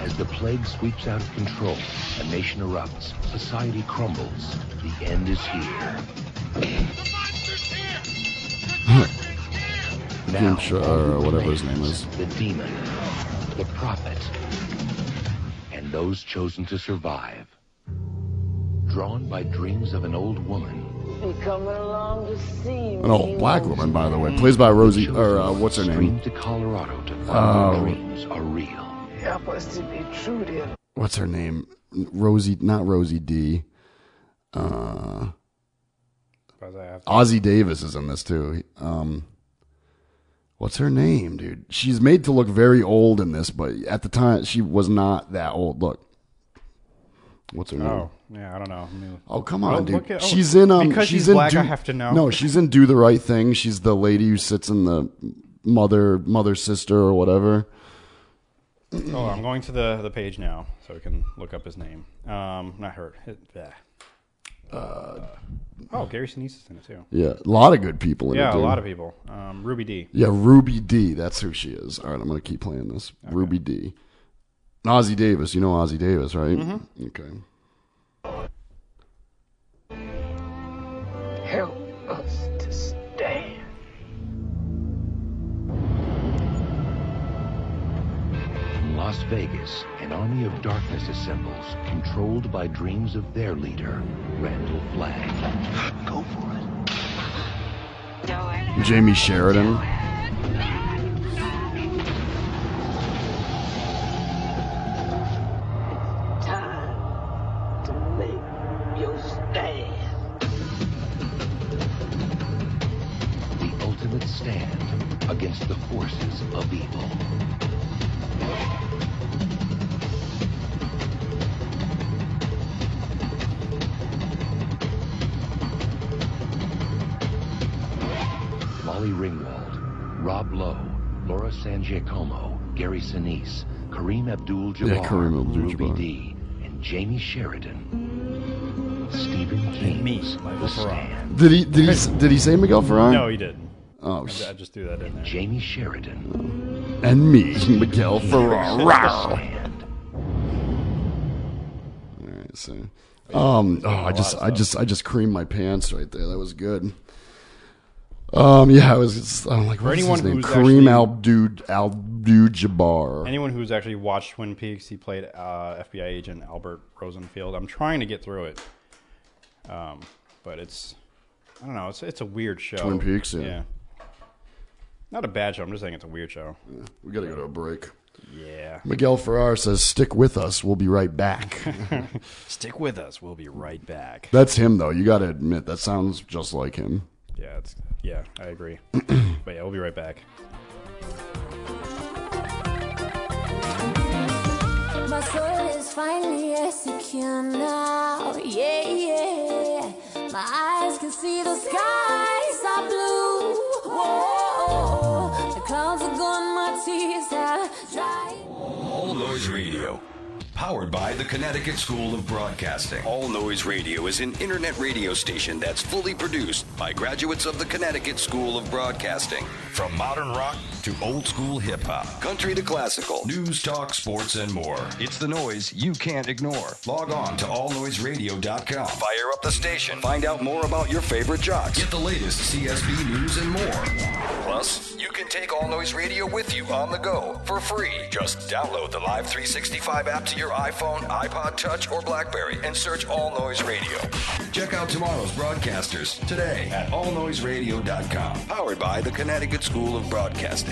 [SPEAKER 4] As the plague sweeps out of control, a nation erupts, society crumbles. The end is here.
[SPEAKER 5] The monster's here! The monster's here!
[SPEAKER 4] Now,
[SPEAKER 2] Grimshaw,
[SPEAKER 4] all
[SPEAKER 2] or
[SPEAKER 4] that
[SPEAKER 2] uh, whatever his name
[SPEAKER 4] remains,
[SPEAKER 2] is.
[SPEAKER 4] The demon, the prophet, and those chosen to survive. Drawn by dreams of an old woman,
[SPEAKER 8] Be coming along to see me.
[SPEAKER 2] An old black woman, by the way, plays by Rosie or
[SPEAKER 4] children
[SPEAKER 2] uh, what's her
[SPEAKER 4] stream
[SPEAKER 2] name?
[SPEAKER 4] to Colorado to find
[SPEAKER 2] Oh.
[SPEAKER 4] their dreams are real.
[SPEAKER 8] Help us to be true to him.
[SPEAKER 2] What's her name? Rosie, not Rosie D. Uh,
[SPEAKER 3] Because I have to-
[SPEAKER 2] Ozzy Davis is in this too. Um, what's her name, dude? She's made to look very old in this, but at the time she was not that old. Look, what's her name?
[SPEAKER 3] Oh, yeah, I don't know. I mean,
[SPEAKER 2] Oh come
[SPEAKER 3] Oh,
[SPEAKER 2] on, dude!
[SPEAKER 3] look at- oh,
[SPEAKER 2] she's in um.
[SPEAKER 3] because
[SPEAKER 2] she's
[SPEAKER 3] she's
[SPEAKER 2] in
[SPEAKER 3] black,
[SPEAKER 2] Do-
[SPEAKER 3] I have to know.
[SPEAKER 2] No, she's in Do the Right Thing. She's the lady who sits in the mother mother sister or whatever.
[SPEAKER 3] oh, I'm going to the, the page now so we can look up his name. Um, not her. It, bleh. oh, Gary Sinise's in it too.
[SPEAKER 2] Yeah, a lot of good people. In it,
[SPEAKER 3] Yeah, a
[SPEAKER 2] dude.
[SPEAKER 3] lot of people. Um, Ruby D.
[SPEAKER 2] Yeah, Ruby D. That's who she is. All right, I'm gonna keep playing this. Ruby D. Ozzy Davis. You know Ozzy Davis, right?
[SPEAKER 3] Mm-hmm.
[SPEAKER 2] Okay.
[SPEAKER 8] Help us to stand.
[SPEAKER 4] In Las Vegas, an army of darkness assembles, controlled by dreams of their leader, Randall Flagg. Go for it.
[SPEAKER 2] Jamie Sheridan.
[SPEAKER 8] Time to make your stand.
[SPEAKER 4] the ultimate stand against the forces of evil. Molly Ringwald, Rob Lowe, Laura San Giacomo, Gary Sinise, Kareem Abdul-Jabbar,
[SPEAKER 2] Yeah, Kareem Abdul-Jabbar.
[SPEAKER 4] Ruby Dee, and Jamie Sheridan. Stephen
[SPEAKER 3] me,
[SPEAKER 4] King's
[SPEAKER 3] Michael
[SPEAKER 4] The
[SPEAKER 3] Ferrara.
[SPEAKER 4] Stand.
[SPEAKER 2] Did he did he did he say Miguel Ferrari?
[SPEAKER 3] No, he didn't.
[SPEAKER 2] Oh,
[SPEAKER 3] I, I
[SPEAKER 2] sh-
[SPEAKER 3] just threw that in there.
[SPEAKER 4] Jamie Sheridan.
[SPEAKER 2] and me, Miguel Ferrari. All
[SPEAKER 4] Stand.
[SPEAKER 2] right, so, um, oh, I just I just I just creamed my pants right there. That was good. Um, yeah, I was. Just, I'm like, what's
[SPEAKER 3] anyone
[SPEAKER 2] his name?
[SPEAKER 3] who's
[SPEAKER 2] Kareem Abdul
[SPEAKER 3] actually-
[SPEAKER 2] Abdul Jabbar.
[SPEAKER 3] Anyone who's actually watched Twin Peaks, he played uh, FBI agent Albert Rosenfield. I'm trying to get through it, um, but it's I don't know. It's it's a weird show.
[SPEAKER 2] Twin Peaks, yeah.
[SPEAKER 3] Not a bad show. I'm just saying it's a weird show.
[SPEAKER 2] We gotta go to a break.
[SPEAKER 3] Yeah.
[SPEAKER 2] Miguel Ferrar says, "Stick with us. We'll be right back."
[SPEAKER 3] Stick with us. We'll be right back.
[SPEAKER 2] That's him, though. You gotta admit that sounds just like him.
[SPEAKER 3] Yeah. It's, yeah. I agree. but yeah, we'll be right back.
[SPEAKER 1] My soul is finally secure now. Yeah, yeah. My eyes can see the skies are blue. Whoa, the clouds are gone, my tears are dry.
[SPEAKER 9] All Noise Radio. Powered by the Connecticut School of Broadcasting. All Noise Radio is an internet radio station that's fully produced by graduates of the Connecticut School of Broadcasting.
[SPEAKER 6] From modern rock
[SPEAKER 9] To old school hip hop, country to classical, news, talk, sports, and more. It's the noise you can't ignore. Log on to allnoiseradio.com. Fire up the station. Find out more about your favorite jocks. Get the latest CSB news and more. Plus, you can take All Noise Radio with you on the go for free. Just download the Live 365 app to your iPhone, iPod Touch, or Blackberry and search All Noise Radio. Check out tomorrow's broadcasters today at allnoiseradio.com. Powered by the Connecticut School of Broadcasting.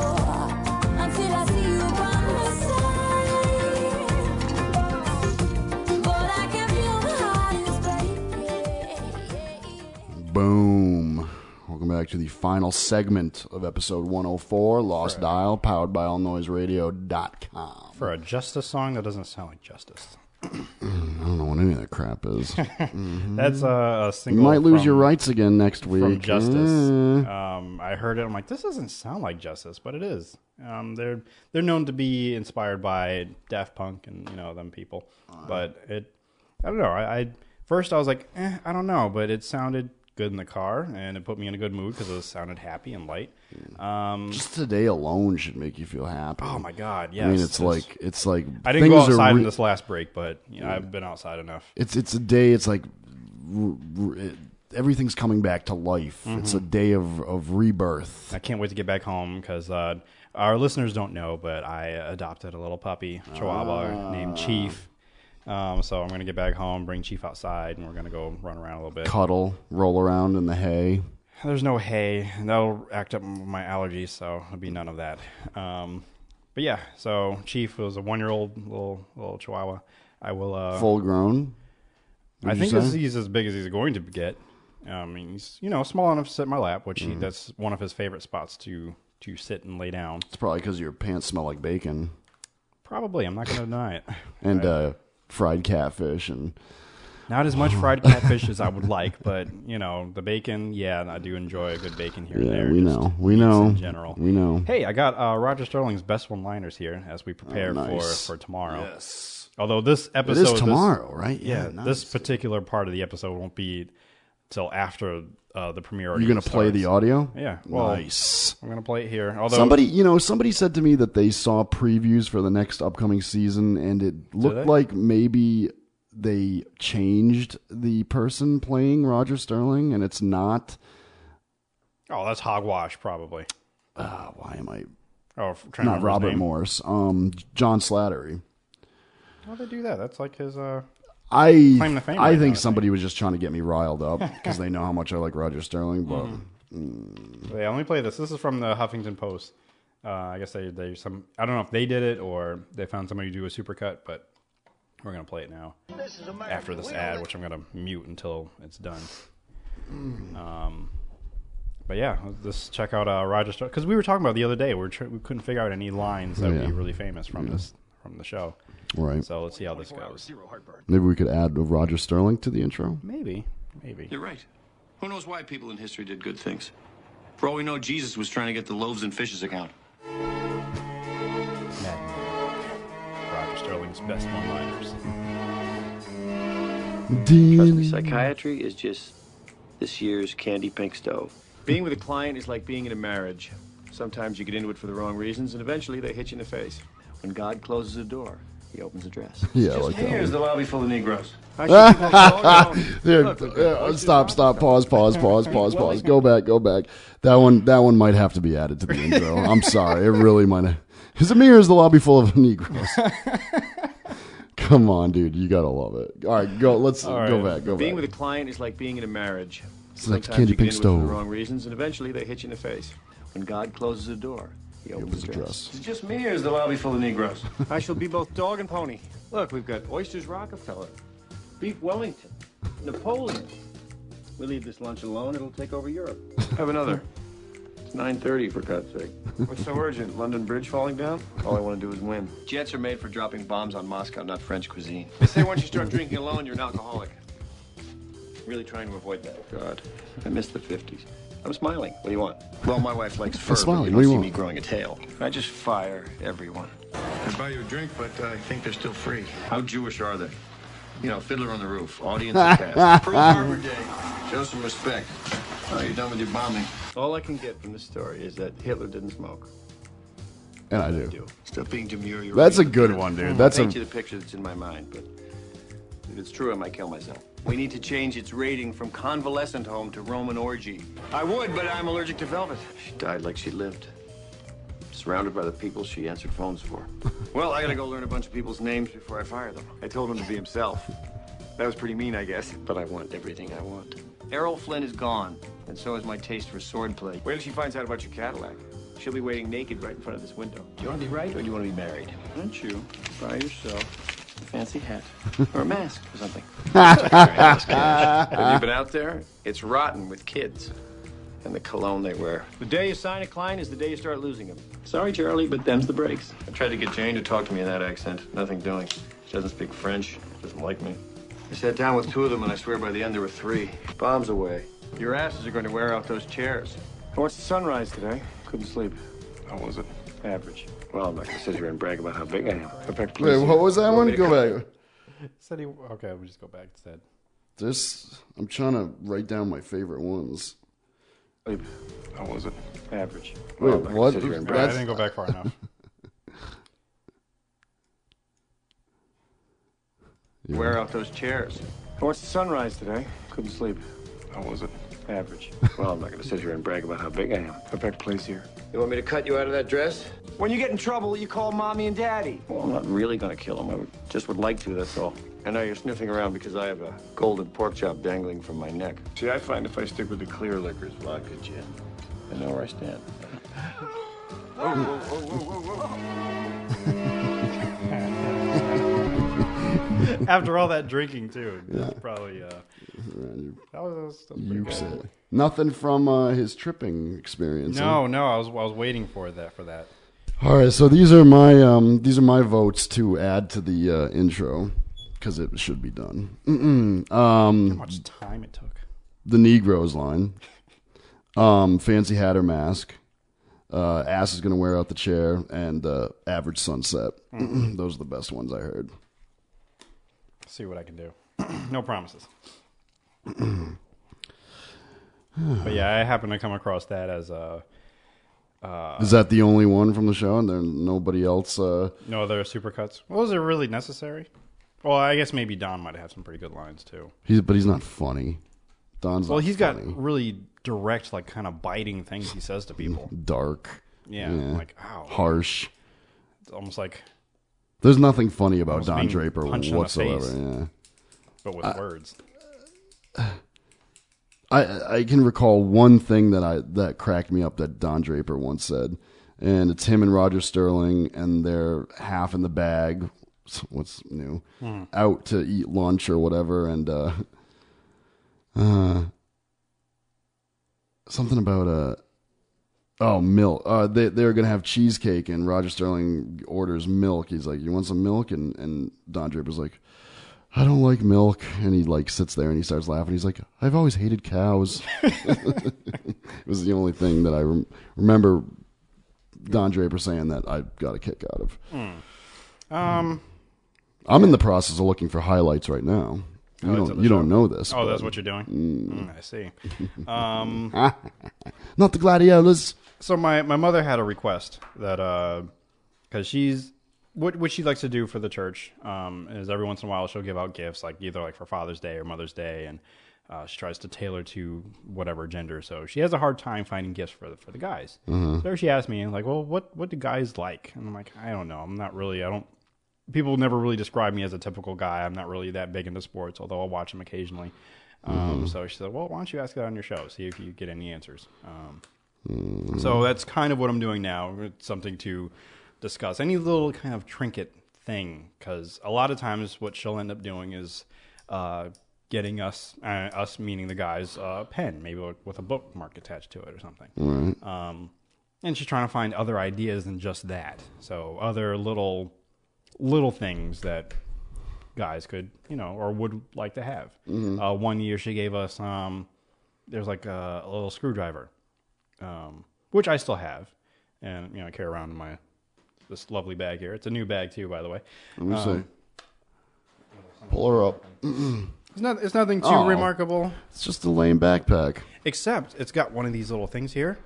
[SPEAKER 1] Until I see you by my side, but I can feel the heart is breaking.
[SPEAKER 2] Boom. Welcome back to the final segment of episode 104, Lost Dial, powered by allnoiseradio.com.
[SPEAKER 3] For a Justice song, that doesn't sound like Justice.
[SPEAKER 2] I don't know what any of that crap is.
[SPEAKER 3] That's a, a
[SPEAKER 2] you
[SPEAKER 3] single.
[SPEAKER 2] might lose
[SPEAKER 3] from-
[SPEAKER 2] your rights again next week.
[SPEAKER 3] from Justice.
[SPEAKER 2] Eh.
[SPEAKER 3] Um, I heard it. I'm like, this doesn't sound like Justice, but it is. Um, they're they're known to be inspired by Daft Punk and you know them people, but it. I don't know. I, I first I was like, eh, I don't know, but it sounded good in the car, and it put me in a good mood because it sounded happy and light. Um,
[SPEAKER 2] Mm, Just today alone should make you feel happy.
[SPEAKER 3] oh my god, yes.
[SPEAKER 2] I mean, it's like it's like
[SPEAKER 3] I didn't go
[SPEAKER 2] things are
[SPEAKER 3] outside in
[SPEAKER 2] re-
[SPEAKER 3] this last break, but you know, I've been outside enough.
[SPEAKER 2] It's it's a day. It's like r- r- it, everything's coming back to life. It's
[SPEAKER 3] Mm-hmm.
[SPEAKER 2] a day of of rebirth.
[SPEAKER 3] I can't wait to get back home because uh, our listeners don't know, but I adopted a little puppy, Chihuahua,
[SPEAKER 2] Ah.
[SPEAKER 3] named Chief. Um, so I'm going to get back home, bring Chief outside, and we're going to go run around a little bit.
[SPEAKER 2] Cuddle, roll around in the hay.
[SPEAKER 3] There's no hay, and that'll act up my allergies, so it'll be none of that. Um, but yeah, so Chief was a one year old little little Chihuahua. I will. Uh,
[SPEAKER 2] Full grown.
[SPEAKER 3] I
[SPEAKER 2] you
[SPEAKER 3] think
[SPEAKER 2] say?
[SPEAKER 3] this, he's as big as he's going to get. I mean, he's you know small enough to sit in my lap, which he,
[SPEAKER 2] Mm-hmm.
[SPEAKER 3] that's one of his favorite spots to to sit and lay down.
[SPEAKER 2] It's probably because your pants smell like bacon
[SPEAKER 3] Probably, I'm not going to deny it.
[SPEAKER 2] and uh, fried catfish and
[SPEAKER 3] Not as much fried catfish as I would like, but you know the bacon. Yeah, I do enjoy a good bacon here and
[SPEAKER 2] yeah.
[SPEAKER 3] there.
[SPEAKER 2] We
[SPEAKER 3] just
[SPEAKER 2] know. We
[SPEAKER 3] eats
[SPEAKER 2] know.
[SPEAKER 3] In general,
[SPEAKER 2] We know.
[SPEAKER 3] Hey, I got uh, Roger Sterling's best one-liners here as we prepare
[SPEAKER 2] Oh, nice.
[SPEAKER 3] for for tomorrow.
[SPEAKER 2] Yes.
[SPEAKER 3] Although this
[SPEAKER 2] It
[SPEAKER 3] episode
[SPEAKER 2] is
[SPEAKER 3] this-
[SPEAKER 2] tomorrow, right?
[SPEAKER 3] yeah,
[SPEAKER 2] nice.
[SPEAKER 3] this particular part of the episode won't be till after uh, the premiere.
[SPEAKER 2] You're gonna play the audio.
[SPEAKER 3] Yeah, well-
[SPEAKER 2] nice.
[SPEAKER 3] I'm gonna play it here. Although
[SPEAKER 2] Somebody, you know, somebody said to me that they saw previews for the next upcoming season, and it
[SPEAKER 3] they?
[SPEAKER 2] looked like maybe they changed the person playing Roger Sterling, and it's not.
[SPEAKER 3] oh, that's hogwash probably.
[SPEAKER 2] Uh, why am I
[SPEAKER 3] Oh, f- trying to
[SPEAKER 2] not
[SPEAKER 3] remember his
[SPEAKER 2] Robert
[SPEAKER 3] name.
[SPEAKER 2] Morris? Um, John Slattery.
[SPEAKER 3] How they do that? That's like his. Uh,
[SPEAKER 2] I
[SPEAKER 3] Claim the fame
[SPEAKER 2] I
[SPEAKER 3] right now, I
[SPEAKER 2] think
[SPEAKER 3] think.
[SPEAKER 2] somebody was just trying to get me riled up because they know how much I like Roger Sterling, but
[SPEAKER 3] Mm-hmm. Wait, let me play this. This is from the Huffington Post. Uh, I guess they they some I don't know if they did it or they found somebody to do a supercut, but we're gonna play it now after this ad, which I'm gonna mute until it's done. Um, but yeah, let's check out uh, Roger because we were talking about it the other day. We were tr- we couldn't figure out any lines that would
[SPEAKER 2] Yeah.
[SPEAKER 3] be really famous from this from the show.
[SPEAKER 2] right.
[SPEAKER 3] So let's see how this goes.
[SPEAKER 2] Maybe we could add Roger Sterling to the intro.
[SPEAKER 3] Maybe, maybe.
[SPEAKER 9] You're right. Who knows why people in history did good things? For all we know, Jesus was trying to get the loaves and fishes account.
[SPEAKER 3] Magnet. Roger Sterling's best one-liners.
[SPEAKER 2] Dean,
[SPEAKER 9] Psychiatry is just this year's candy pink stove. Being with a client is like being in a marriage. Sometimes you get into it for the wrong reasons, and eventually they hit you in the face. When God closes a door, he opens a dress.
[SPEAKER 2] yeah, I like that.
[SPEAKER 9] the lobby full of Negroes.
[SPEAKER 2] Dude, uh, stop, stop, pause, pause, pause, pause, pause. Go back, go back. That one, that one might have to be added to the intro. I'm sorry, it really might. Have. Is mirror is the lobby full of Negroes? Come on, dude, you gotta love it. All right, go. Let's go back, go
[SPEAKER 9] Being
[SPEAKER 2] back.
[SPEAKER 9] with a client is like being in a marriage.
[SPEAKER 2] It's like
[SPEAKER 9] Sometimes
[SPEAKER 2] candy
[SPEAKER 9] you get
[SPEAKER 2] pink
[SPEAKER 9] into it for
[SPEAKER 2] stove.
[SPEAKER 9] the wrong reasons, and eventually they hit you in the face. When God closes a door, he opens,
[SPEAKER 2] opens
[SPEAKER 9] a
[SPEAKER 2] a
[SPEAKER 9] dress.
[SPEAKER 2] dress.
[SPEAKER 9] It's just me, or is the lobby full of Negroes? I shall be both dog and pony. Look, we've got oysters Rockefeller, beef Wellington, Napoleon. We leave this lunch alone; it'll take over Europe. Have another. It's 9:30 for God's sake. What's so urgent? London Bridge falling down? All I want to do is win. Jets are made for dropping bombs on Moscow, not French cuisine. They say once you start drinking alone, you're an alcoholic. Really trying to avoid that. God, I miss the 50s. I'm smiling. What do you want? Well, my wife likes fur. but
[SPEAKER 2] smiling.
[SPEAKER 9] You don't
[SPEAKER 2] What do you
[SPEAKER 9] see
[SPEAKER 2] want?
[SPEAKER 9] me growing a tail. I just fire everyone.
[SPEAKER 4] I buy you a drink, but
[SPEAKER 9] uh,
[SPEAKER 4] I think they're still free.
[SPEAKER 9] How Jewish are they? You know, Fiddler on the Roof, audience attached. Pearl Harbor Day. Show some respect. Oh, you're done with your bombing. All I can get from this story is that Hitler didn't smoke.
[SPEAKER 2] And I do.
[SPEAKER 9] Stop being demure. You're
[SPEAKER 2] That's
[SPEAKER 9] right.
[SPEAKER 2] a good one, dude. That's
[SPEAKER 9] I
[SPEAKER 2] a-
[SPEAKER 9] paint you the picture that's in my mind, but if it's true, I might kill myself. We need to change its rating from convalescent home to Roman orgy. I would, but I'm allergic to velvet. She died like she lived, surrounded by the people she answered phones for. well, I gotta go learn a bunch of people's names before I fire them. I told him to be himself. That was pretty mean, I guess, but I want everything I want. Errol Flynn is gone, and so is my taste for swordplay. Wait till she finds out about your Cadillac. She'll be waiting naked right in front of this window. Do you want to be right or do you want to be married? Aren't you? By yourself. A fancy hat. or a mask or something. Have you been out there? It's rotten with kids. And the cologne they wear. The day you sign a client is the day you start losing them. Sorry, Charlie, but them's the breaks. I tried to get Jane to talk to me in that accent. Nothing doing. She doesn't speak French. Doesn't like me. I sat down with two of them, and I swear by the end there were three. Bombs away. Your asses are going to wear out those chairs. I watched the sunrise today. Couldn't sleep. How was it? Average. Well, I'm not going to sit here and brag about how big I am. Go back,
[SPEAKER 2] Wait,
[SPEAKER 9] please.
[SPEAKER 2] what was that
[SPEAKER 9] Want
[SPEAKER 2] one?
[SPEAKER 9] me to
[SPEAKER 2] Go
[SPEAKER 9] cut-
[SPEAKER 2] back.
[SPEAKER 3] Said he. Okay, we just go back to that.
[SPEAKER 2] This I'm trying to write down my favorite ones.
[SPEAKER 9] Wait, How was it? Average.
[SPEAKER 2] Wait,
[SPEAKER 9] Well, I
[SPEAKER 2] what?
[SPEAKER 9] consider it
[SPEAKER 2] That's-
[SPEAKER 3] Alright, I didn't go back far enough.
[SPEAKER 9] Wear out those chairs. I watched the sunrise today. Couldn't sleep. How was it? Average. Well, I'm not going to sit here and brag about how big I am. Go back, please, here. You want me to cut you out of that dress? When you get in trouble, you call mommy and daddy. Well, I'm not really going to kill him. I would, just would like to, that's all. I know you're sniffing around because I have a golden pork chop dangling from my neck. See, I find if I stick with the clear liquors, vodka, gin, I know where I stand.
[SPEAKER 3] After all that drinking too, it's probably uh, that was, that was pretty
[SPEAKER 2] You
[SPEAKER 3] good.
[SPEAKER 2] said nothing from uh, his tripping experience. huh?
[SPEAKER 3] No, no, I was I was waiting for that for that.
[SPEAKER 2] All right, so these are my um, these are my votes to add to the uh, intro because it should be done. Mm-mm. Um,
[SPEAKER 3] How much time it took?
[SPEAKER 2] the Negroes line, um, fancy hat or mask, uh, ass is gonna wear out the chair, and uh, average sunset.
[SPEAKER 3] Mm-hmm.
[SPEAKER 2] Those are the best ones I heard.
[SPEAKER 3] See what I can do. no promises. but yeah, I happened to come across that as uh, a
[SPEAKER 2] is that the only one from the show, and then nobody else? Uh,
[SPEAKER 3] no other supercuts. Well, was it really necessary? Well, I guess maybe Don might have some pretty good lines too.
[SPEAKER 2] he's but he's not funny. Don's
[SPEAKER 3] Well,
[SPEAKER 2] not
[SPEAKER 3] he's
[SPEAKER 2] funny.
[SPEAKER 3] got really direct, like kind of biting things he says to people.
[SPEAKER 2] dark.
[SPEAKER 3] Yeah, like, ow.
[SPEAKER 2] harsh.
[SPEAKER 3] It's almost like,
[SPEAKER 2] There's nothing funny about
[SPEAKER 3] Almost
[SPEAKER 2] Don
[SPEAKER 3] being
[SPEAKER 2] Draper
[SPEAKER 3] punched in the face.
[SPEAKER 2] whatsoever. Yeah.
[SPEAKER 3] but with words.
[SPEAKER 2] I I can recall one thing that I that cracked me up that Don Draper once said, and it's him and Roger Sterling, and they're half in the bag. What's new? Out to eat lunch or whatever, and uh, uh something about uh oh milk. Uh, they they're gonna have cheesecake, and Roger Sterling orders milk. He's like, "You want some milk?" and and Don Draper's like. I don't like milk. And he like sits there and he starts laughing. He's like, I've always hated cows. it was the only thing that I rem- remember Don Draper saying that I got a kick out of.
[SPEAKER 3] Um.
[SPEAKER 2] I'm in the process of looking for highlights right now. You
[SPEAKER 3] Highlights of
[SPEAKER 2] don't,
[SPEAKER 3] Oh, the
[SPEAKER 2] you don't
[SPEAKER 3] show.
[SPEAKER 2] know this.
[SPEAKER 3] Oh, that's
[SPEAKER 2] but-
[SPEAKER 3] what you're doing. Mm, I see. Um.
[SPEAKER 2] Not the gladiolas.
[SPEAKER 3] So my, my mother had a request that because she's what what she likes to do for the church um, is every once in a while she'll give out gifts like either like for Father's Day or Mother's Day and uh, she tries to tailor to whatever gender. So she has a hard time finding gifts for the, for the guys. So she asked me like, well, what what do guys like? And I'm like, I don't know. I'm not really. I don't. People never really describe me as a typical guy. I'm not really that big into sports, although I'll watch them occasionally. Um, So she said, well, why don't you ask it on your show? See if you get any answers. Um, so that's kind of what I'm doing now. It's something to discuss. Any little kind of trinket thing, because a lot of times what she'll end up doing is uh, getting us, uh, us meaning the guys, a pen, maybe with- with a bookmark attached to it or something. Um, and she's trying to find other ideas than just that. So other little, little things that guys could, you know, or would like to have. Uh, one year she gave us, um, there's like a, a little screwdriver um, which I still have, and you know I carry around in my this lovely bag here. It's a new bag too, by the way.
[SPEAKER 2] Let me see. Pull her up.
[SPEAKER 3] It's not it's nothing too
[SPEAKER 2] Aw.
[SPEAKER 3] remarkable,
[SPEAKER 2] It's just a lame backpack.
[SPEAKER 3] except it's got one of these little things here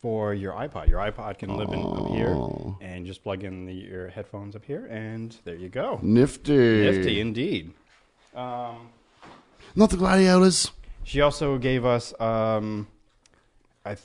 [SPEAKER 3] for your iPod. Your iPod can live in up here, and just plug in the, your headphones up here, and there you go.
[SPEAKER 2] Nifty.
[SPEAKER 3] Nifty indeed. Um,
[SPEAKER 2] Not the gladiators.
[SPEAKER 3] she also gave us, um, I, th-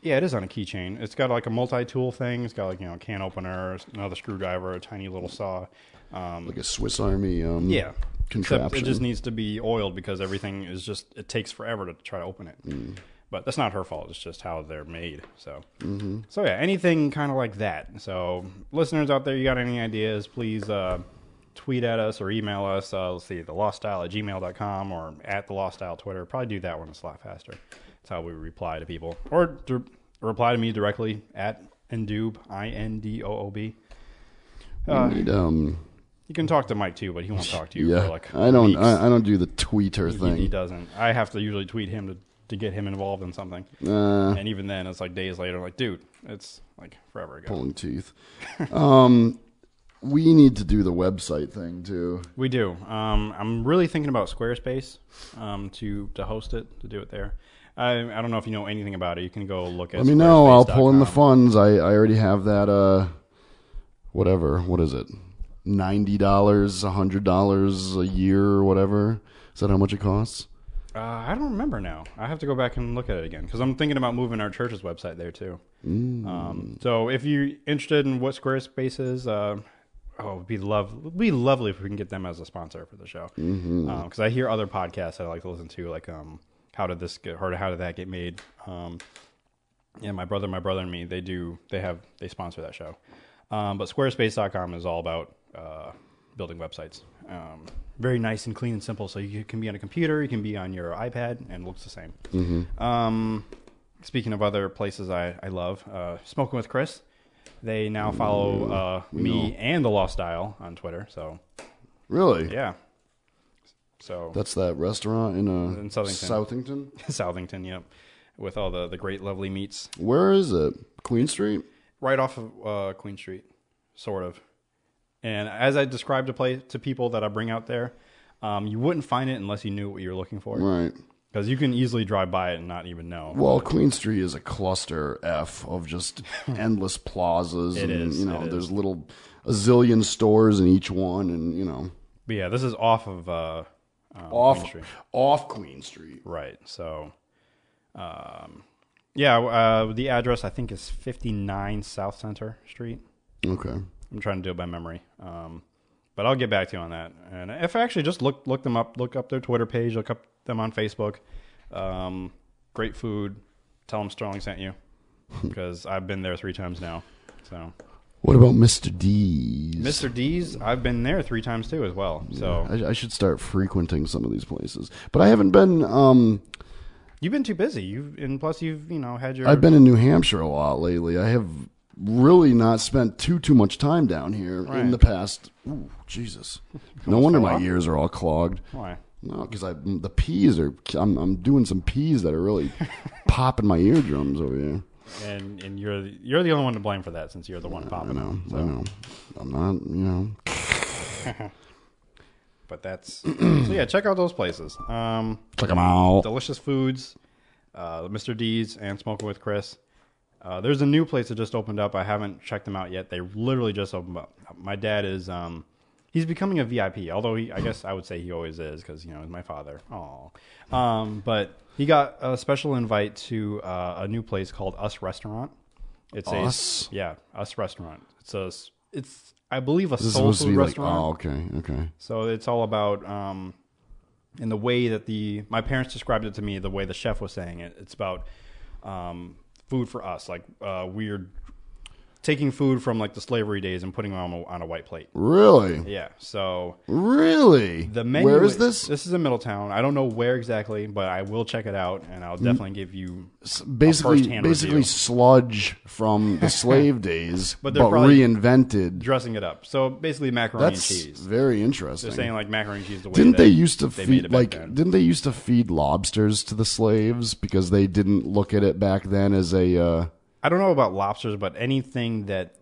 [SPEAKER 3] yeah, it is on a keychain. It's got like a multi-tool thing. It's got like you know a can opener, another screwdriver, a tiny little saw. Um,
[SPEAKER 2] Like a Swiss Army um,
[SPEAKER 3] yeah. Except
[SPEAKER 2] contraption.
[SPEAKER 3] it just needs to be oiled because everything is just it takes forever to try to open it.
[SPEAKER 2] Mm.
[SPEAKER 3] But that's not her fault. It's just how they're made. So,
[SPEAKER 2] Mm-hmm.
[SPEAKER 3] so yeah, anything kind of like that. So, listeners out there, you got any ideas? Please uh, tweet at us or email us. Uh, let's see, the lost style at gmail.com or at the lost style Twitter. Probably do that one. It's a lot faster. That's how we reply to people or dir- reply to me directly at Ndoob I N D O O B.
[SPEAKER 2] We need, um,
[SPEAKER 3] You can talk to Mike too, but he won't talk to you.
[SPEAKER 2] yeah,
[SPEAKER 3] for like
[SPEAKER 2] I don't.
[SPEAKER 3] weeks.
[SPEAKER 2] I, I don't do the tweeter
[SPEAKER 3] He- He
[SPEAKER 2] thing.
[SPEAKER 3] doesn't. I have to usually tweet him to, to get him involved in something.
[SPEAKER 2] Uh,
[SPEAKER 3] and even then, it's like days later, like, dude, it's like forever ago.
[SPEAKER 2] pulling teeth. um, we need to do the website thing too.
[SPEAKER 3] We do. Um, I'm really thinking about Squarespace um, to, to host it, to do it there. I, I don't know if you know anything about it. You can go look at
[SPEAKER 2] Let me know. I'll pull in the
[SPEAKER 3] squarespace.com.
[SPEAKER 2] funds. I, I already have that. Uh, whatever. What is it? Ninety dollars, hundred dollars a year, or whatever. Is that how much it costs?
[SPEAKER 3] Uh, I don't remember now. I have to go back and look at it again because I'm thinking about moving our church's website there too. Um, so if you're interested in what Squarespace is, uh, oh, it'd be love, it'd be lovely if we can get them as a sponsor for the show. Because I hear other podcasts I like to listen to, like um, how did this get, or how did that get made? Um, yeah, my brother, my brother and me, they do, they have, they sponsor that show. Um, but squarespace.com is all about uh, building websites. Um, very nice and clean and simple. So you can be on a computer, you can be on your iPad, and it looks the same. Um, speaking of other places I, I love, uh, Smoking with Chris. They now follow uh, me and the Lost Dial on Twitter. So
[SPEAKER 2] Really?
[SPEAKER 3] yeah, so
[SPEAKER 2] That's that restaurant in uh,
[SPEAKER 3] In Southington.
[SPEAKER 2] Southington?
[SPEAKER 3] Southington, yep, with all the the great lovely meats
[SPEAKER 2] Where is it? Queen Street.
[SPEAKER 3] right off of uh, Queen Street, sort of. And as I described to play to people that I bring out there, um, you wouldn't find it unless you knew what you were looking for,
[SPEAKER 2] Right.
[SPEAKER 3] because you can easily drive by it and not even know.
[SPEAKER 2] Well, Queen Street is a cluster F of just endless plazas.
[SPEAKER 3] It
[SPEAKER 2] and,
[SPEAKER 3] is,
[SPEAKER 2] You know,
[SPEAKER 3] it is.
[SPEAKER 2] there's little a zillion stores in each one, and you know,
[SPEAKER 3] But yeah, this is off of uh, uh,
[SPEAKER 2] off
[SPEAKER 3] Queen Street.
[SPEAKER 2] off Queen Street.
[SPEAKER 3] Right. So, um, yeah, uh, the address I think is 59 South Center Street.
[SPEAKER 2] Okay.
[SPEAKER 3] I'm trying to do it by memory. Um, but I'll get back to you on that. And if I actually just look look them up, look up their Twitter page, look up them on Facebook. Um, great food. Tell them Sterling sent you because I've been there three times now. So
[SPEAKER 2] What about Mr. D's?
[SPEAKER 3] Mr. D's, I've been there three times too as well. So
[SPEAKER 2] I, I should start frequenting some of these places, but I haven't been. Um,
[SPEAKER 3] you've been too busy. You've and plus you've you know had your
[SPEAKER 2] I've been in New Hampshire a lot lately. I have really not spent too too much time down here in
[SPEAKER 3] Right.
[SPEAKER 2] the past. Ooh, Jesus! No wonder
[SPEAKER 3] fell
[SPEAKER 2] my
[SPEAKER 3] off.
[SPEAKER 2] ears are all clogged.
[SPEAKER 3] Why?
[SPEAKER 2] No, because I the peas are. I'm I'm doing some peas that are really popping my eardrums over here.
[SPEAKER 3] and and you're the- you're the only one to blame for that since you're the one
[SPEAKER 2] I
[SPEAKER 3] popping
[SPEAKER 2] know.
[SPEAKER 3] them.
[SPEAKER 2] I know. I'm not. You know.
[SPEAKER 3] But that's so yeah. Check out those places. Um,
[SPEAKER 2] Check them out.
[SPEAKER 3] delicious foods, uh, Mr. D's and Smoking with Chris. Uh, there's a new place that just opened up. I haven't checked them out yet. They literally just opened up. My dad is um, he's becoming a VIP. Although he, I guess I would say he always is because you know he's my father. Aw. Um, but he got a special invite to uh, a new place called Us Restaurant. It's
[SPEAKER 2] Us?
[SPEAKER 3] a yeah Us Restaurant. It's a s- it's I believe a
[SPEAKER 2] This is
[SPEAKER 3] soul
[SPEAKER 2] supposed to
[SPEAKER 3] food
[SPEAKER 2] be like.
[SPEAKER 3] restaurant.
[SPEAKER 2] Oh, okay. Okay.
[SPEAKER 3] So it's all about um, in the way that the my parents described it to me, the way the chef was saying it. It's about um, food for us, like uh, we're taking food from like the slavery days and putting it on a, on a white plate.
[SPEAKER 2] Really.
[SPEAKER 3] Yeah. So
[SPEAKER 2] Really.
[SPEAKER 3] the menu.
[SPEAKER 2] Where is this?
[SPEAKER 3] This is in Middletown. I don't know where exactly, but I will check it out, and
[SPEAKER 2] Mm-hmm.
[SPEAKER 3] I'll definitely give you
[SPEAKER 2] S- basically,
[SPEAKER 3] firsthand
[SPEAKER 2] basically
[SPEAKER 3] review.
[SPEAKER 2] sludge from the slave days, but,
[SPEAKER 3] But they're probably
[SPEAKER 2] reinvented.
[SPEAKER 3] dressing it up. So basically, macaroni
[SPEAKER 2] That's
[SPEAKER 3] and cheese.
[SPEAKER 2] very
[SPEAKER 3] They're
[SPEAKER 2] interesting.
[SPEAKER 3] saying like macaroni and cheese. The way
[SPEAKER 2] didn't
[SPEAKER 3] that
[SPEAKER 2] they used to
[SPEAKER 3] they made
[SPEAKER 2] feed
[SPEAKER 3] it back
[SPEAKER 2] like
[SPEAKER 3] then.
[SPEAKER 2] didn't they used to feed lobsters to the slaves because they didn't look at it back then as a uh,
[SPEAKER 3] I don't know about lobsters, but anything that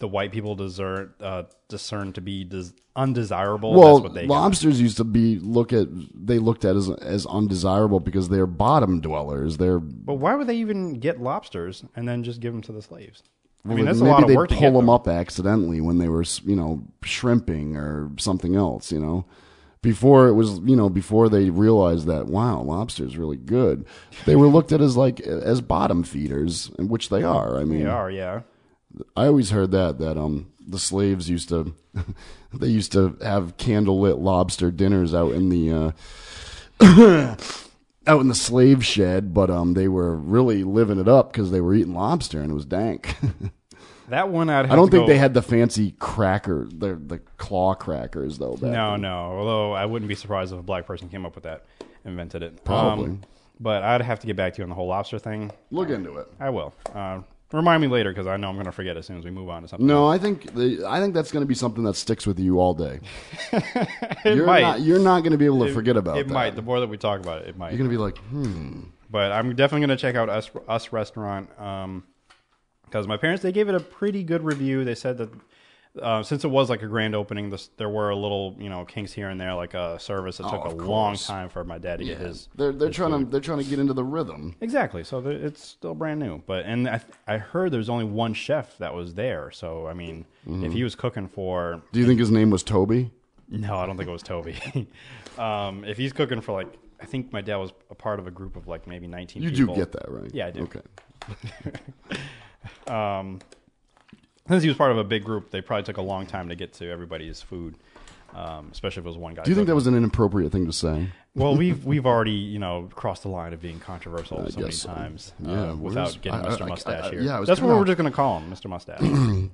[SPEAKER 3] the white people desert, uh, discerned to be des- undesirable.
[SPEAKER 2] well,
[SPEAKER 3] That's what they got.
[SPEAKER 2] lobsters used to be look at they looked at as as undesirable because they're bottom dwellers. They're
[SPEAKER 3] But why would they even get lobsters and then just give them to the slaves? I mean,
[SPEAKER 2] Well,
[SPEAKER 3] that's a
[SPEAKER 2] maybe
[SPEAKER 3] lot of
[SPEAKER 2] they
[SPEAKER 3] work to
[SPEAKER 2] pull
[SPEAKER 3] get
[SPEAKER 2] them
[SPEAKER 3] them.
[SPEAKER 2] up accidentally when they were, you know, shrimping or something else. You know, before it was, you know, before they realized that wow, lobster's really good. They were looked at as like as bottom feeders, and which they are. I mean,
[SPEAKER 3] They are, yeah.
[SPEAKER 2] I always heard that that um the slaves used to they used to have candlelit lobster dinners out in the uh, out in the slave shed, but um they were really living it up because they were eating lobster and it was dank.
[SPEAKER 3] That one I'd have
[SPEAKER 2] I don't
[SPEAKER 3] to
[SPEAKER 2] think
[SPEAKER 3] go-
[SPEAKER 2] they had the fancy cracker, the the claw crackers though. Back
[SPEAKER 3] No,
[SPEAKER 2] then.
[SPEAKER 3] no. Although I wouldn't be surprised if a black person came up with that, invented it. Um,
[SPEAKER 2] Probably.
[SPEAKER 3] but I'd have to get back to you on the whole lobster thing.
[SPEAKER 2] Look into it.
[SPEAKER 3] I will. Uh, remind me later because I know I'm going to forget as soon as we move on to something.
[SPEAKER 2] No, I think the, I think that's going to be something that sticks with you all day.
[SPEAKER 3] It
[SPEAKER 2] you're
[SPEAKER 3] might.
[SPEAKER 2] not you're not going to be able to
[SPEAKER 3] It-
[SPEAKER 2] forget about
[SPEAKER 3] it
[SPEAKER 2] that.
[SPEAKER 3] might. The more that we talk about it, it might.
[SPEAKER 2] You're going to be like, hmm.
[SPEAKER 3] but I'm definitely going to check out us us restaurant um because my parents they gave it a pretty good review. They said that uh, since it was like a grand opening, this, there were a little you know kinks here and there, like a service that
[SPEAKER 2] Oh,
[SPEAKER 3] took a
[SPEAKER 2] of
[SPEAKER 3] long
[SPEAKER 2] course.
[SPEAKER 3] time for my dad to get his.
[SPEAKER 2] They're they're
[SPEAKER 3] his
[SPEAKER 2] trying
[SPEAKER 3] food.
[SPEAKER 2] to they're trying to get into the rhythm.
[SPEAKER 3] Exactly. So there, it's still brand new. But and I th- I heard there's only one chef that was there. So I mean,
[SPEAKER 2] Mm-hmm.
[SPEAKER 3] if he was cooking for
[SPEAKER 2] Do you think his name was Toby?
[SPEAKER 3] no, I don't think it was Toby. um, if he's cooking for like I think my dad was a part of a group of like maybe 19
[SPEAKER 2] You do
[SPEAKER 3] people.
[SPEAKER 2] get that right.
[SPEAKER 3] Yeah, I do.
[SPEAKER 2] Okay.
[SPEAKER 3] Um, since he was part of a big group, they probably took a long time to get to everybody's food. Um, especially if it was one guy.
[SPEAKER 2] Do you think that
[SPEAKER 3] cooking.
[SPEAKER 2] was an inappropriate thing to say?
[SPEAKER 3] well? We've we've already you know crossed the line of being controversial so many
[SPEAKER 2] guess so.
[SPEAKER 3] times.
[SPEAKER 2] Yeah,
[SPEAKER 3] uh,
[SPEAKER 2] where's-
[SPEAKER 3] without getting
[SPEAKER 2] I- I-
[SPEAKER 3] Mr.
[SPEAKER 2] I-
[SPEAKER 3] Mustache
[SPEAKER 2] I-
[SPEAKER 3] here.
[SPEAKER 2] yeah, I was
[SPEAKER 3] that's what
[SPEAKER 2] gonna-
[SPEAKER 3] we're just going to call him, Mr. Mustache. Oh,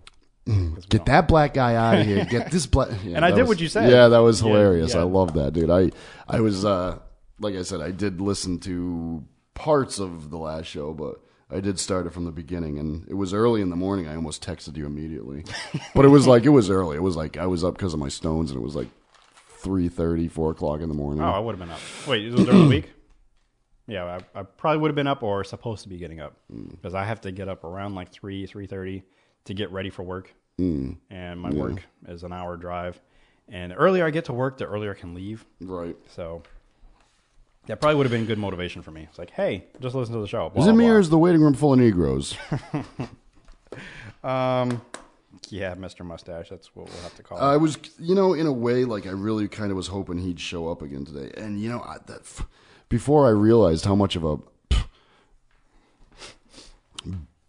[SPEAKER 2] Get that black guy out of here. Get this black.
[SPEAKER 3] And I did what you said.
[SPEAKER 2] Yeah, that was
[SPEAKER 3] Yeah,
[SPEAKER 2] hilarious.
[SPEAKER 3] yeah.
[SPEAKER 2] I love that, dude. I I was uh like I said, I did listen to parts of the last show, but I did start it from the beginning, and it was early in the morning. I almost texted you immediately, but it was like it was early. It was like I was up because of my stones, and it was like 3.30, 4 o'clock in the morning.
[SPEAKER 3] Oh, I would have been up. Wait, it was during the week? Yeah, I, I probably would have been up or supposed to be getting up
[SPEAKER 2] Hmm.
[SPEAKER 3] because I have to get up around like three, three thirty to get ready for work,
[SPEAKER 2] Hmm.
[SPEAKER 3] mm. and my work is an hour drive. And the earlier I get to work, the earlier I can leave.
[SPEAKER 2] Right.
[SPEAKER 3] So that probably would have been good motivation for me. It's like, hey, just listen to the show. Blah,
[SPEAKER 2] Is it me
[SPEAKER 3] blah,
[SPEAKER 2] or is the waiting room full of Negroes?
[SPEAKER 3] blah. Um, yeah, Mister Mustache. That's what we'll have to call.
[SPEAKER 2] I
[SPEAKER 3] it.
[SPEAKER 2] was, you know, in a way, like I really kind of was hoping he'd show up again today. And you know, I, that f- before I realized how much of a pff,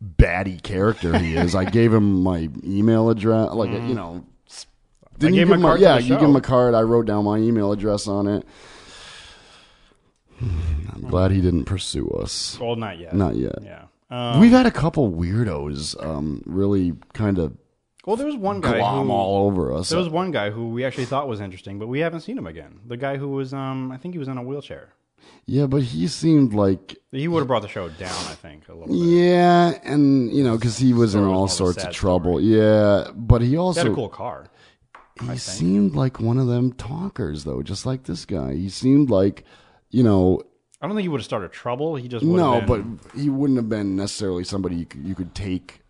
[SPEAKER 2] batty character he is, I gave him my email address. Like, you know, s- didn't
[SPEAKER 3] Mm-hmm. gave
[SPEAKER 2] you
[SPEAKER 3] him
[SPEAKER 2] give
[SPEAKER 3] a
[SPEAKER 2] him? A,
[SPEAKER 3] card to
[SPEAKER 2] yeah,
[SPEAKER 3] the
[SPEAKER 2] you
[SPEAKER 3] show.
[SPEAKER 2] give him a card. I wrote down my email address on it. I'm glad he didn't pursue us.
[SPEAKER 3] Well, not yet.
[SPEAKER 2] Not yet.
[SPEAKER 3] Yeah. Uh,
[SPEAKER 2] We've had a couple weirdos, um, really kind of
[SPEAKER 3] Well, there was one guy
[SPEAKER 2] glom
[SPEAKER 3] who,
[SPEAKER 2] all over us.
[SPEAKER 3] There was one guy who we actually thought was interesting, but we haven't seen him again. The guy who was, um, I think he was in a wheelchair.
[SPEAKER 2] Yeah, but he seemed like
[SPEAKER 3] He would have brought the show down, I think, a little bit.
[SPEAKER 2] yeah, and you know because he was in
[SPEAKER 3] Story was more
[SPEAKER 2] all
[SPEAKER 3] of a
[SPEAKER 2] sorts
[SPEAKER 3] sad
[SPEAKER 2] of trouble. Yeah, but he
[SPEAKER 3] He had
[SPEAKER 2] also
[SPEAKER 3] a cool car.
[SPEAKER 2] he seemed like one of them talkers though, just like this guy. He seemed like you know
[SPEAKER 3] I don't think he would have started trouble. He just would
[SPEAKER 2] no,
[SPEAKER 3] have been,
[SPEAKER 2] but he wouldn't have been necessarily somebody you could, you could take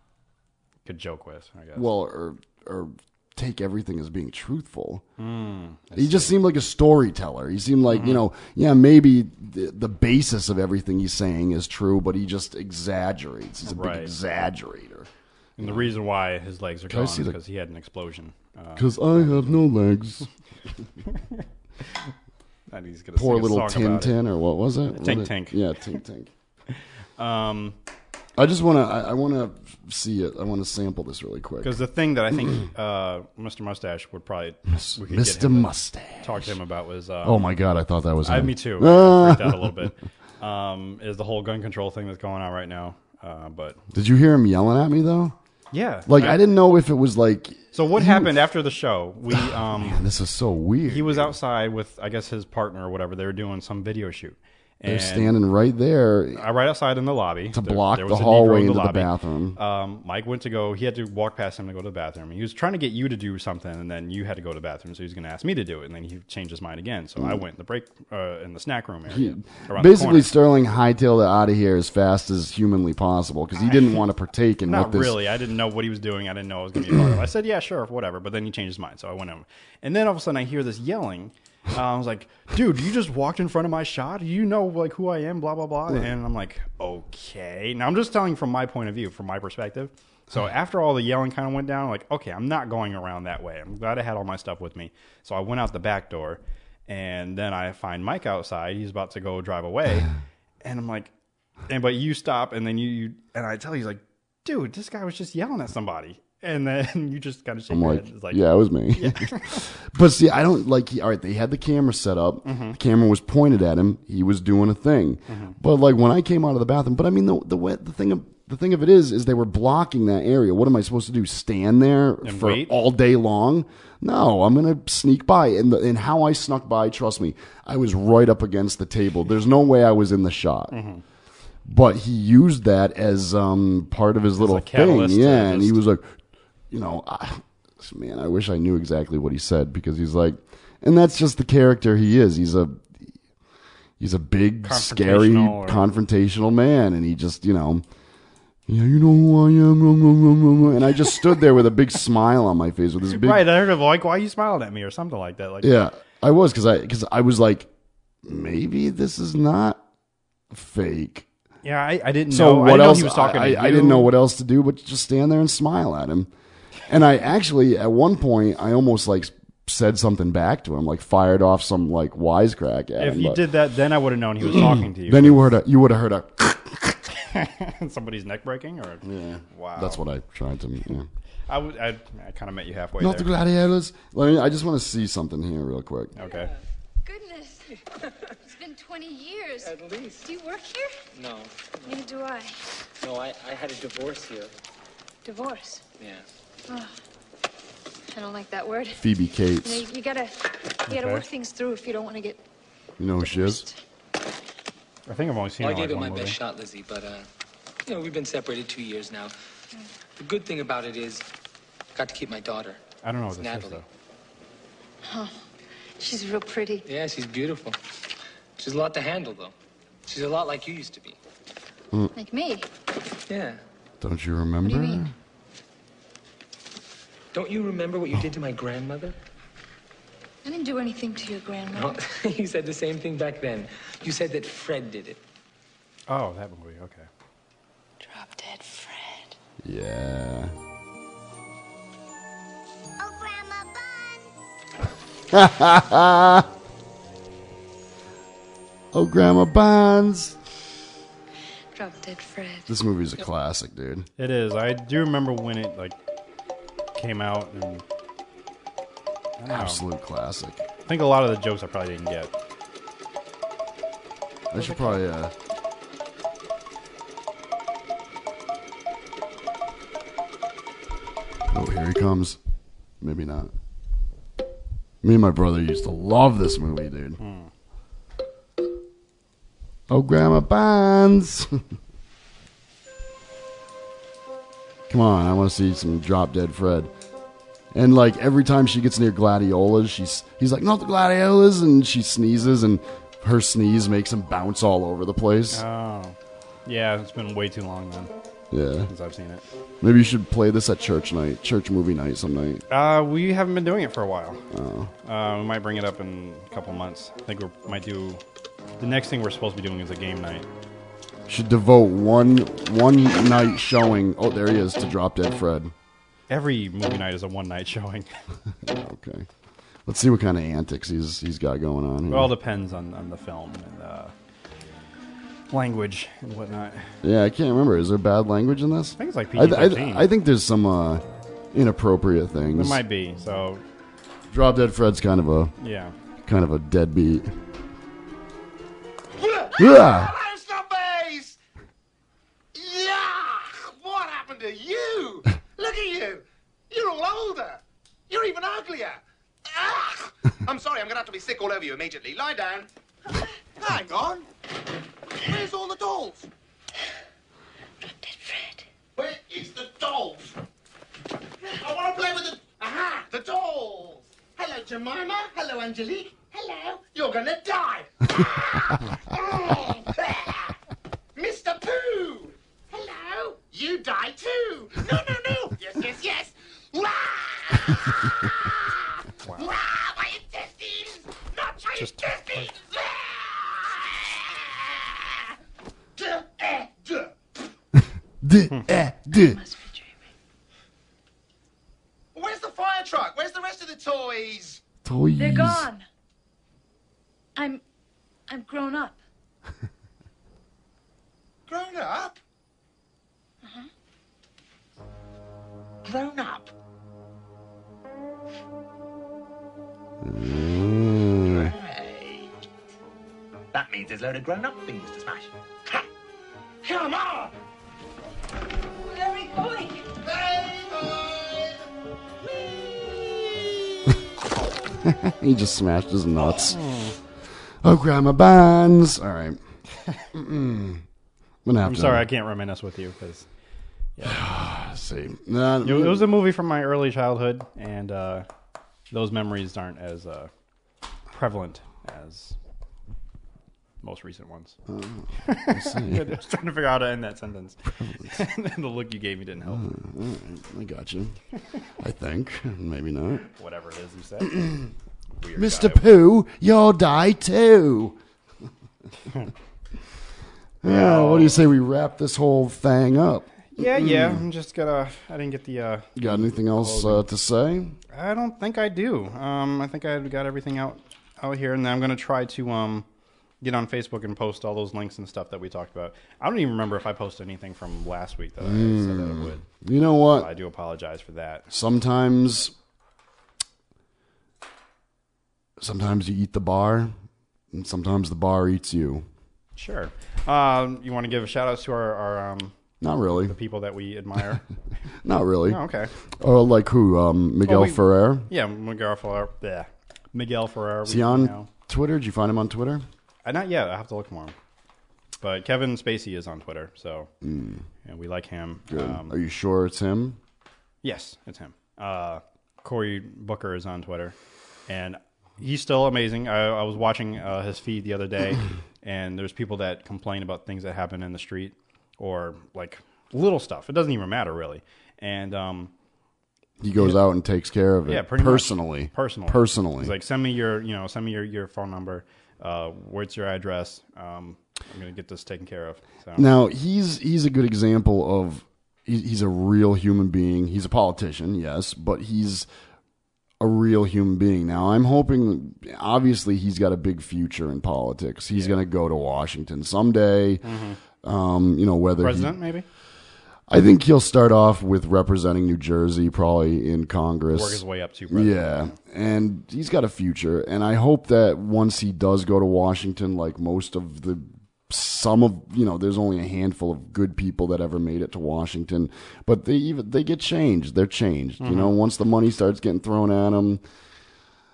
[SPEAKER 3] could joke with. I guess.
[SPEAKER 2] well or or take everything as being truthful.
[SPEAKER 3] Hmm,
[SPEAKER 2] he just seemed like a storyteller. He seemed like
[SPEAKER 3] Mm-hmm.
[SPEAKER 2] you know yeah maybe the, the basis of everything he's saying is true, but he just exaggerates. He's a
[SPEAKER 3] Right.
[SPEAKER 2] big exaggerator.
[SPEAKER 3] and the reason why his legs are
[SPEAKER 2] I
[SPEAKER 3] gone is
[SPEAKER 2] see the-
[SPEAKER 3] because he had an explosion. Uh,
[SPEAKER 2] Because I have no legs.
[SPEAKER 3] and he's gonna
[SPEAKER 2] Poor
[SPEAKER 3] sing a
[SPEAKER 2] little
[SPEAKER 3] song
[SPEAKER 2] Tin
[SPEAKER 3] about it.
[SPEAKER 2] Tin, or what was it? What
[SPEAKER 3] Tink
[SPEAKER 2] it-
[SPEAKER 3] Tink.
[SPEAKER 2] Yeah, Tink Tink.
[SPEAKER 3] Um,
[SPEAKER 2] I just want to. I, I want to see it. I want to sample this really quick.
[SPEAKER 3] because the thing that I think uh, Mr. Mustache would probably we could get
[SPEAKER 2] Mr.
[SPEAKER 3] him to
[SPEAKER 2] Mustache.
[SPEAKER 3] talk to him about was um,
[SPEAKER 2] Oh my God! I thought that was.
[SPEAKER 3] I,
[SPEAKER 2] him.
[SPEAKER 3] me too.
[SPEAKER 2] Ah!
[SPEAKER 3] I freaked out a little bit. Um, is the whole gun control thing that's going on right now? Uh, but
[SPEAKER 2] Did you hear him yelling at me though?
[SPEAKER 3] yeah,
[SPEAKER 2] Like I didn't know if it was like.
[SPEAKER 3] So what happened after the show? We um,
[SPEAKER 2] This is so weird.
[SPEAKER 3] he was outside with I guess his partner or whatever. They were doing some video shoot,
[SPEAKER 2] They're
[SPEAKER 3] And
[SPEAKER 2] standing right there.
[SPEAKER 3] I uh, right outside in the lobby
[SPEAKER 2] To
[SPEAKER 3] There-
[SPEAKER 2] block
[SPEAKER 3] there
[SPEAKER 2] the
[SPEAKER 3] was a Negro
[SPEAKER 2] hallway
[SPEAKER 3] in
[SPEAKER 2] into the bathroom.
[SPEAKER 3] Um, Mike went to go. He had to walk past him to go to the bathroom. He was trying to get you to do something, and then you had to go to the bathroom. So he was going to ask me to do it, and then he changed his mind again. So I went in the break uh, in the snack room area.
[SPEAKER 2] He-
[SPEAKER 3] around the
[SPEAKER 2] Hmm. basically,
[SPEAKER 3] corner.
[SPEAKER 2] Sterling hightailed it out of here as fast as humanly possible because he didn't want to partake in what
[SPEAKER 3] Not
[SPEAKER 2] this.
[SPEAKER 3] really. I didn't know what he was doing. I didn't know I was going to be a part of. it. I said, yeah, sure, whatever. But then he changed his mind, so I went in. And then all of a sudden, I hear this yelling. Uh, I was like, dude, you just walked in front of my shot. You know, like who I am, blah blah blah.
[SPEAKER 10] Right.
[SPEAKER 3] And I'm like, okay. Now I'm just telling from my point of view, from my perspective. So after all the yelling kind of went down, I'm like, okay, I'm not going around that way. I'm glad I had all my stuff with me. So I went out the back door, and then I find Mike outside. He's about to go drive away, and I'm like, and but you stop, and then you, you and I tell you, he's like, dude, this guy was just yelling at somebody, and then you just kind of shake
[SPEAKER 2] I'm
[SPEAKER 3] your
[SPEAKER 2] like,
[SPEAKER 3] head. It's
[SPEAKER 2] yeah, it was me. but see, I don't like. All right, they had the camera set up.
[SPEAKER 3] Mhm.
[SPEAKER 2] The camera was pointed at him. He was doing a thing. But like when I came out of the bathroom, but I mean the the way, the thing of the thing of it is is they were blocking that area. What am I supposed to do? Stand there
[SPEAKER 3] And
[SPEAKER 2] for
[SPEAKER 3] wait?
[SPEAKER 2] all day long? No, I'm gonna sneak by. And the, and how I snuck by, trust me, I was right up against the table. There's no way I was in the shot. But he used that as um, part of his little
[SPEAKER 3] a
[SPEAKER 2] thing,
[SPEAKER 3] catalyst to
[SPEAKER 2] yeah. And he
[SPEAKER 3] just-
[SPEAKER 2] was like, you know, I, man, I wish I knew exactly what he said because he's like, and that's just the character he is. He's a he's a big, scary,
[SPEAKER 3] Confrontational or-
[SPEAKER 2] confrontational man, and he just, you know, yeah, you know who I am, um, um, um, um, um," and I just stood there with a big smile on my face with this big,
[SPEAKER 3] right. I heard him like, why you smiled at me or something like that. Like,
[SPEAKER 2] yeah, I was because I because I was like, maybe this is not fake.
[SPEAKER 3] yeah, I, I didn't
[SPEAKER 2] So
[SPEAKER 3] know.
[SPEAKER 2] what
[SPEAKER 3] I didn't
[SPEAKER 2] else?
[SPEAKER 3] Know he was talking.
[SPEAKER 2] I,
[SPEAKER 3] to
[SPEAKER 2] I didn't
[SPEAKER 3] you.
[SPEAKER 2] know what else to do but just stand there and smile at him. And I actually, at one point, I almost like said something back to him, like fired off some like wisecrack at
[SPEAKER 3] If
[SPEAKER 2] him.
[SPEAKER 3] you
[SPEAKER 2] but
[SPEAKER 3] did that, then I would have known he was talking to you.
[SPEAKER 2] then you would have you would have heard a.
[SPEAKER 3] somebody's neck breaking, or wow.
[SPEAKER 2] That's what I tried to. Yeah.
[SPEAKER 3] I would. I, I kind of met you halfway.
[SPEAKER 2] Not the
[SPEAKER 3] there.
[SPEAKER 2] gladiators. Let me. I just want to see something here real quick.
[SPEAKER 3] Okay.
[SPEAKER 11] Goodness. It's been 20 years.
[SPEAKER 12] At least.
[SPEAKER 11] Do you work here?
[SPEAKER 12] No,
[SPEAKER 11] Neither do I.
[SPEAKER 12] no, I, I had a divorce here.
[SPEAKER 11] Divorce.
[SPEAKER 12] Yeah.
[SPEAKER 11] Oh, I don't like that word.
[SPEAKER 2] Phoebe Cates.
[SPEAKER 11] You, know, you gotta, you gotta
[SPEAKER 2] Okay.
[SPEAKER 11] work things through if you don't want to get.
[SPEAKER 2] You know who she is?
[SPEAKER 3] I think I've only seen
[SPEAKER 12] Well, I
[SPEAKER 3] her,
[SPEAKER 12] gave
[SPEAKER 3] like,
[SPEAKER 12] it my
[SPEAKER 3] one movie.
[SPEAKER 12] best shot, Lizzie, but uh, you know we've been separated two years now. The good thing about it is, I got to keep my daughter.
[SPEAKER 3] I don't know
[SPEAKER 12] It's
[SPEAKER 3] what this
[SPEAKER 12] Natalie.
[SPEAKER 3] is
[SPEAKER 11] Oh, she's real pretty.
[SPEAKER 12] Yeah, she's beautiful. She's a lot to handle, though. She's a lot like you used to be.
[SPEAKER 2] Mm,
[SPEAKER 11] Like me.
[SPEAKER 12] Yeah.
[SPEAKER 2] Don't you remember?
[SPEAKER 12] Don't you remember what you did to my grandmother?
[SPEAKER 11] I didn't do anything to your grandma.
[SPEAKER 12] No, you said the same thing back then. You said that Fred did it.
[SPEAKER 3] Oh, that movie. Okay.
[SPEAKER 11] Drop dead Fred.
[SPEAKER 2] Yeah. oh, Grandma Bonds.
[SPEAKER 11] Drop dead Fred.
[SPEAKER 2] This movie's a classic, dude.
[SPEAKER 3] It is. I do remember when it like came out, and I don't know.
[SPEAKER 2] Absolute classic.
[SPEAKER 3] I think a lot of the jokes I probably didn't get.
[SPEAKER 2] I should probably. Uh, oh, here he comes. Maybe not. Me and my brother used to love this movie, dude. Oh, Grandma Bonds. Come on, I want to see some drop dead Fred. And like every time she gets near gladiolas, she's he's like, "Not the gladiolas," and she sneezes, and her sneeze makes him bounce all over the place.
[SPEAKER 3] Oh, yeah. It's been way too long then.
[SPEAKER 2] Yeah.
[SPEAKER 3] Since I've seen it.
[SPEAKER 2] Maybe you should play this at church night, church movie night, some night.
[SPEAKER 3] Uh, we haven't been doing it for a while.
[SPEAKER 2] Oh.
[SPEAKER 3] Uh, we might bring it up in a couple months. I think we might do. The next thing we're supposed to be doing is a game night.
[SPEAKER 2] Should devote one one night showing. Oh, there he is to drop dead Fred.
[SPEAKER 3] Every movie night is a one night showing.
[SPEAKER 2] Okay. Let's see what kind of antics he's he's got going on
[SPEAKER 3] It
[SPEAKER 2] here.
[SPEAKER 3] all depends on, on the film and uh, language and whatnot.
[SPEAKER 2] Yeah, I can't remember. Is there bad language in this? I
[SPEAKER 3] think it's like
[SPEAKER 2] I, th- I,
[SPEAKER 3] PG-13.
[SPEAKER 2] th- I think there's some uh, inappropriate things.
[SPEAKER 3] There might be. So
[SPEAKER 2] Drop Dead Fred's kind of a
[SPEAKER 3] Yeah.
[SPEAKER 2] kind of a deadbeat. yeah.
[SPEAKER 5] There's the base! Yuck! What happened to you? Look at you! You're all older! You're even uglier! Ah! Ugh! I'm sorry, I'm gonna have to be sick all over you immediately. Lie down. Hang on. Where's all the dolls? Drop dead Fred. Where is the dolls? I want to play with the. Aha! The dolls! Hello, Jemima. Hello, Angelique. Hello. You're gonna die. Ah! Mr. Pooh! Hello! You die too! No, no, no! Yes, yes, yes! Wah! Wah! My intestines! Not my intestines! Ah! Duh, eh, duh.
[SPEAKER 2] D-
[SPEAKER 3] Hmm.
[SPEAKER 2] eh, d-
[SPEAKER 5] Where's the fire truck? Where's the rest of the toys?
[SPEAKER 2] Toys.
[SPEAKER 10] They're gone. I'm, I'm grown up.
[SPEAKER 5] Grown up?
[SPEAKER 10] Uh-huh.
[SPEAKER 5] Grown up? That means there's a load of grown up things to smash. Ha! Come on! Where are we going?
[SPEAKER 2] he just smashed his nuts. Oh, grandma buns. All right. Mm-mm. I'm gonna have
[SPEAKER 3] I'm
[SPEAKER 2] to.
[SPEAKER 3] sorry, I can't reminisce with you because. Yeah.
[SPEAKER 2] See, no,
[SPEAKER 3] it, was a movie from my early childhood, and uh, those memories aren't as uh, prevalent as most recent ones.
[SPEAKER 2] Oh. I see.
[SPEAKER 3] I was trying to figure out how to end that sentence, and then the look you gave me didn't
[SPEAKER 2] Oh,
[SPEAKER 3] help.
[SPEAKER 2] all right. I got you. I think maybe not.
[SPEAKER 3] Whatever it is you said. Weird
[SPEAKER 2] Mr.
[SPEAKER 3] guy.
[SPEAKER 2] Pooh, you'll die too. yeah,
[SPEAKER 3] Oh.
[SPEAKER 2] what do you say we wrap this whole thing up?
[SPEAKER 3] Yeah, yeah.
[SPEAKER 2] Mm.
[SPEAKER 3] I'm just gonna. I didn't get the. Uh,
[SPEAKER 2] Got anything else uh, to say?
[SPEAKER 3] I don't think I do. Um, I think I've got everything out out here, and then I'm gonna try to um get on Facebook and post all those links and stuff that we talked about. I don't even remember if I posted anything from last week that I said that I
[SPEAKER 2] Mm.
[SPEAKER 3] would.
[SPEAKER 2] You know what?
[SPEAKER 3] So I do apologize for that.
[SPEAKER 2] Sometimes, sometimes you eat the bar, and sometimes the bar eats you.
[SPEAKER 3] Sure. Um, you want to give a shout out to our, our um
[SPEAKER 2] Not really.
[SPEAKER 3] the people that we admire.
[SPEAKER 2] Not really.
[SPEAKER 3] Oh, okay.
[SPEAKER 2] Or like who? Um, Miguel
[SPEAKER 3] Oh, we-
[SPEAKER 2] Ferrer.
[SPEAKER 3] Yeah, Miguel Ferrer. Yeah, Miguel Ferrer.
[SPEAKER 2] Is
[SPEAKER 3] we
[SPEAKER 2] he on
[SPEAKER 3] know.
[SPEAKER 2] Twitter? Did you find him on Twitter?
[SPEAKER 3] Uh, not yet. I have to look more. But Kevin Spacey is on Twitter, so
[SPEAKER 2] Mm.
[SPEAKER 3] yeah, we like him.
[SPEAKER 2] Good.
[SPEAKER 3] Um,
[SPEAKER 2] Are you sure it's him?
[SPEAKER 3] Yes, it's him. Uh, Corey Booker is on Twitter, and he's still amazing. I, I was watching uh, his feed the other day, and there's people that complain about things that happen in the street or like little stuff. It doesn't even matter really. And um,
[SPEAKER 2] He goes out and takes care of it.
[SPEAKER 3] yeah, pretty much.
[SPEAKER 2] personally.
[SPEAKER 3] Personally.
[SPEAKER 2] Personally.
[SPEAKER 3] He's like, send me your, you know, send me your, your phone number. Uh, where's your address? Um, I'm gonna get this taken care of. So.
[SPEAKER 2] Now he's he's a good example of he- he's a real human being. He's a politician, yes, but he's a real human being. Now I'm hoping obviously he's got a big future in politics. He's going to go to Washington someday. Um, you know whether he-
[SPEAKER 3] Mm-hmm. president maybe
[SPEAKER 2] I think he'll start off with representing New Jersey, probably in Congress.
[SPEAKER 3] Work his way up to president.
[SPEAKER 2] Yeah, and he's got a future, and I hope that once he does go to Washington, like most of the some of you know, there's only a handful of good people that ever made it to Washington, but they even they get changed. They're changed. You know,
[SPEAKER 3] Mhm.
[SPEAKER 2] once the money starts getting thrown at them,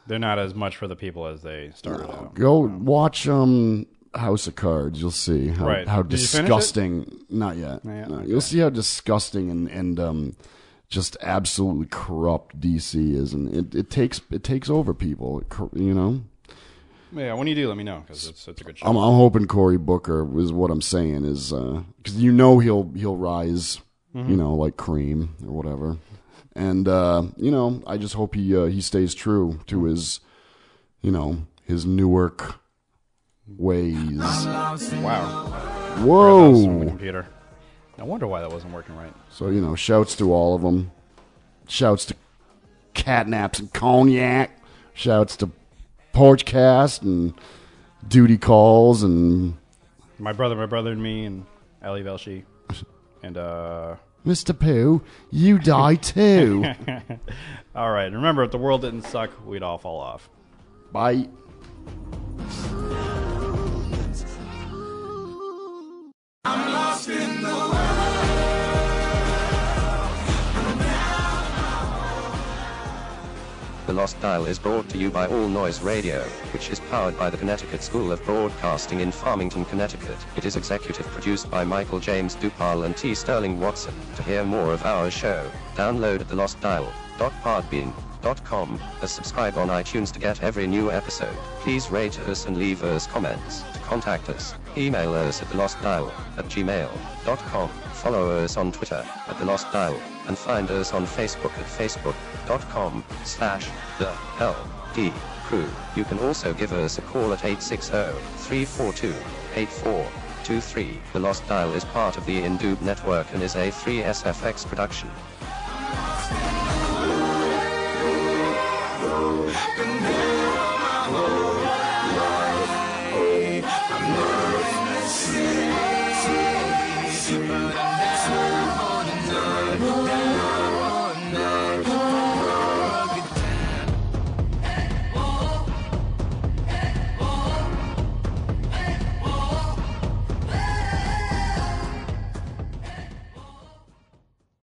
[SPEAKER 3] They're not as much for the people as they started out.
[SPEAKER 2] go watch um House of Cards. You'll see how
[SPEAKER 3] Right.
[SPEAKER 2] how
[SPEAKER 3] Did you finish it?
[SPEAKER 2] disgusting. Not yet. No, You'll see how disgusting and and um just absolutely corrupt DC is, and it, it takes it takes over people. It cor- You know.
[SPEAKER 3] Yeah, when you do, let me know because it's, it's a good show.
[SPEAKER 2] I'm, I'm hoping Cory Booker is what I'm saying is because you know he'll he'll rise, you
[SPEAKER 3] Mhm.
[SPEAKER 2] know, like cream or whatever, and uh, you know I just hope he uh, he stays true to his, you know, his Newark ways.
[SPEAKER 3] Wow. The
[SPEAKER 2] Whoa!
[SPEAKER 3] computer. No wonder why that wasn't working right.
[SPEAKER 2] So you know, shouts to all of them. Shouts to catnaps and cognac. Shouts to porchcast and duty calls and
[SPEAKER 3] My brother, my brother and me, and Ali Velshi, and uh.
[SPEAKER 2] Mr. Pooh, you die too.
[SPEAKER 3] all right. Remember, if the world didn't suck, we'd all fall off.
[SPEAKER 2] Bye.
[SPEAKER 13] I'm lost in the world.
[SPEAKER 14] The Lost Dial is brought to you by All Noise Radio, which is powered by the Connecticut School of Broadcasting in Farmington, Connecticut. It is executive produced by Michael James Dupal and T. Sterling Watson. To hear more of our show, download at thelostdial.podbean.com or subscribe on iTunes to get every new episode. Please rate us and leave us comments. To contact us, email us at thelostdial at gmail.com. Follow us on Twitter at The Lost Dial and find us on Facebook at facebook.com slash the LD crew. You can also give us a call at oh, 860-342-8423. The Lost Dial is part of the Indube network and is a 3SFX production.
[SPEAKER 13] Been there.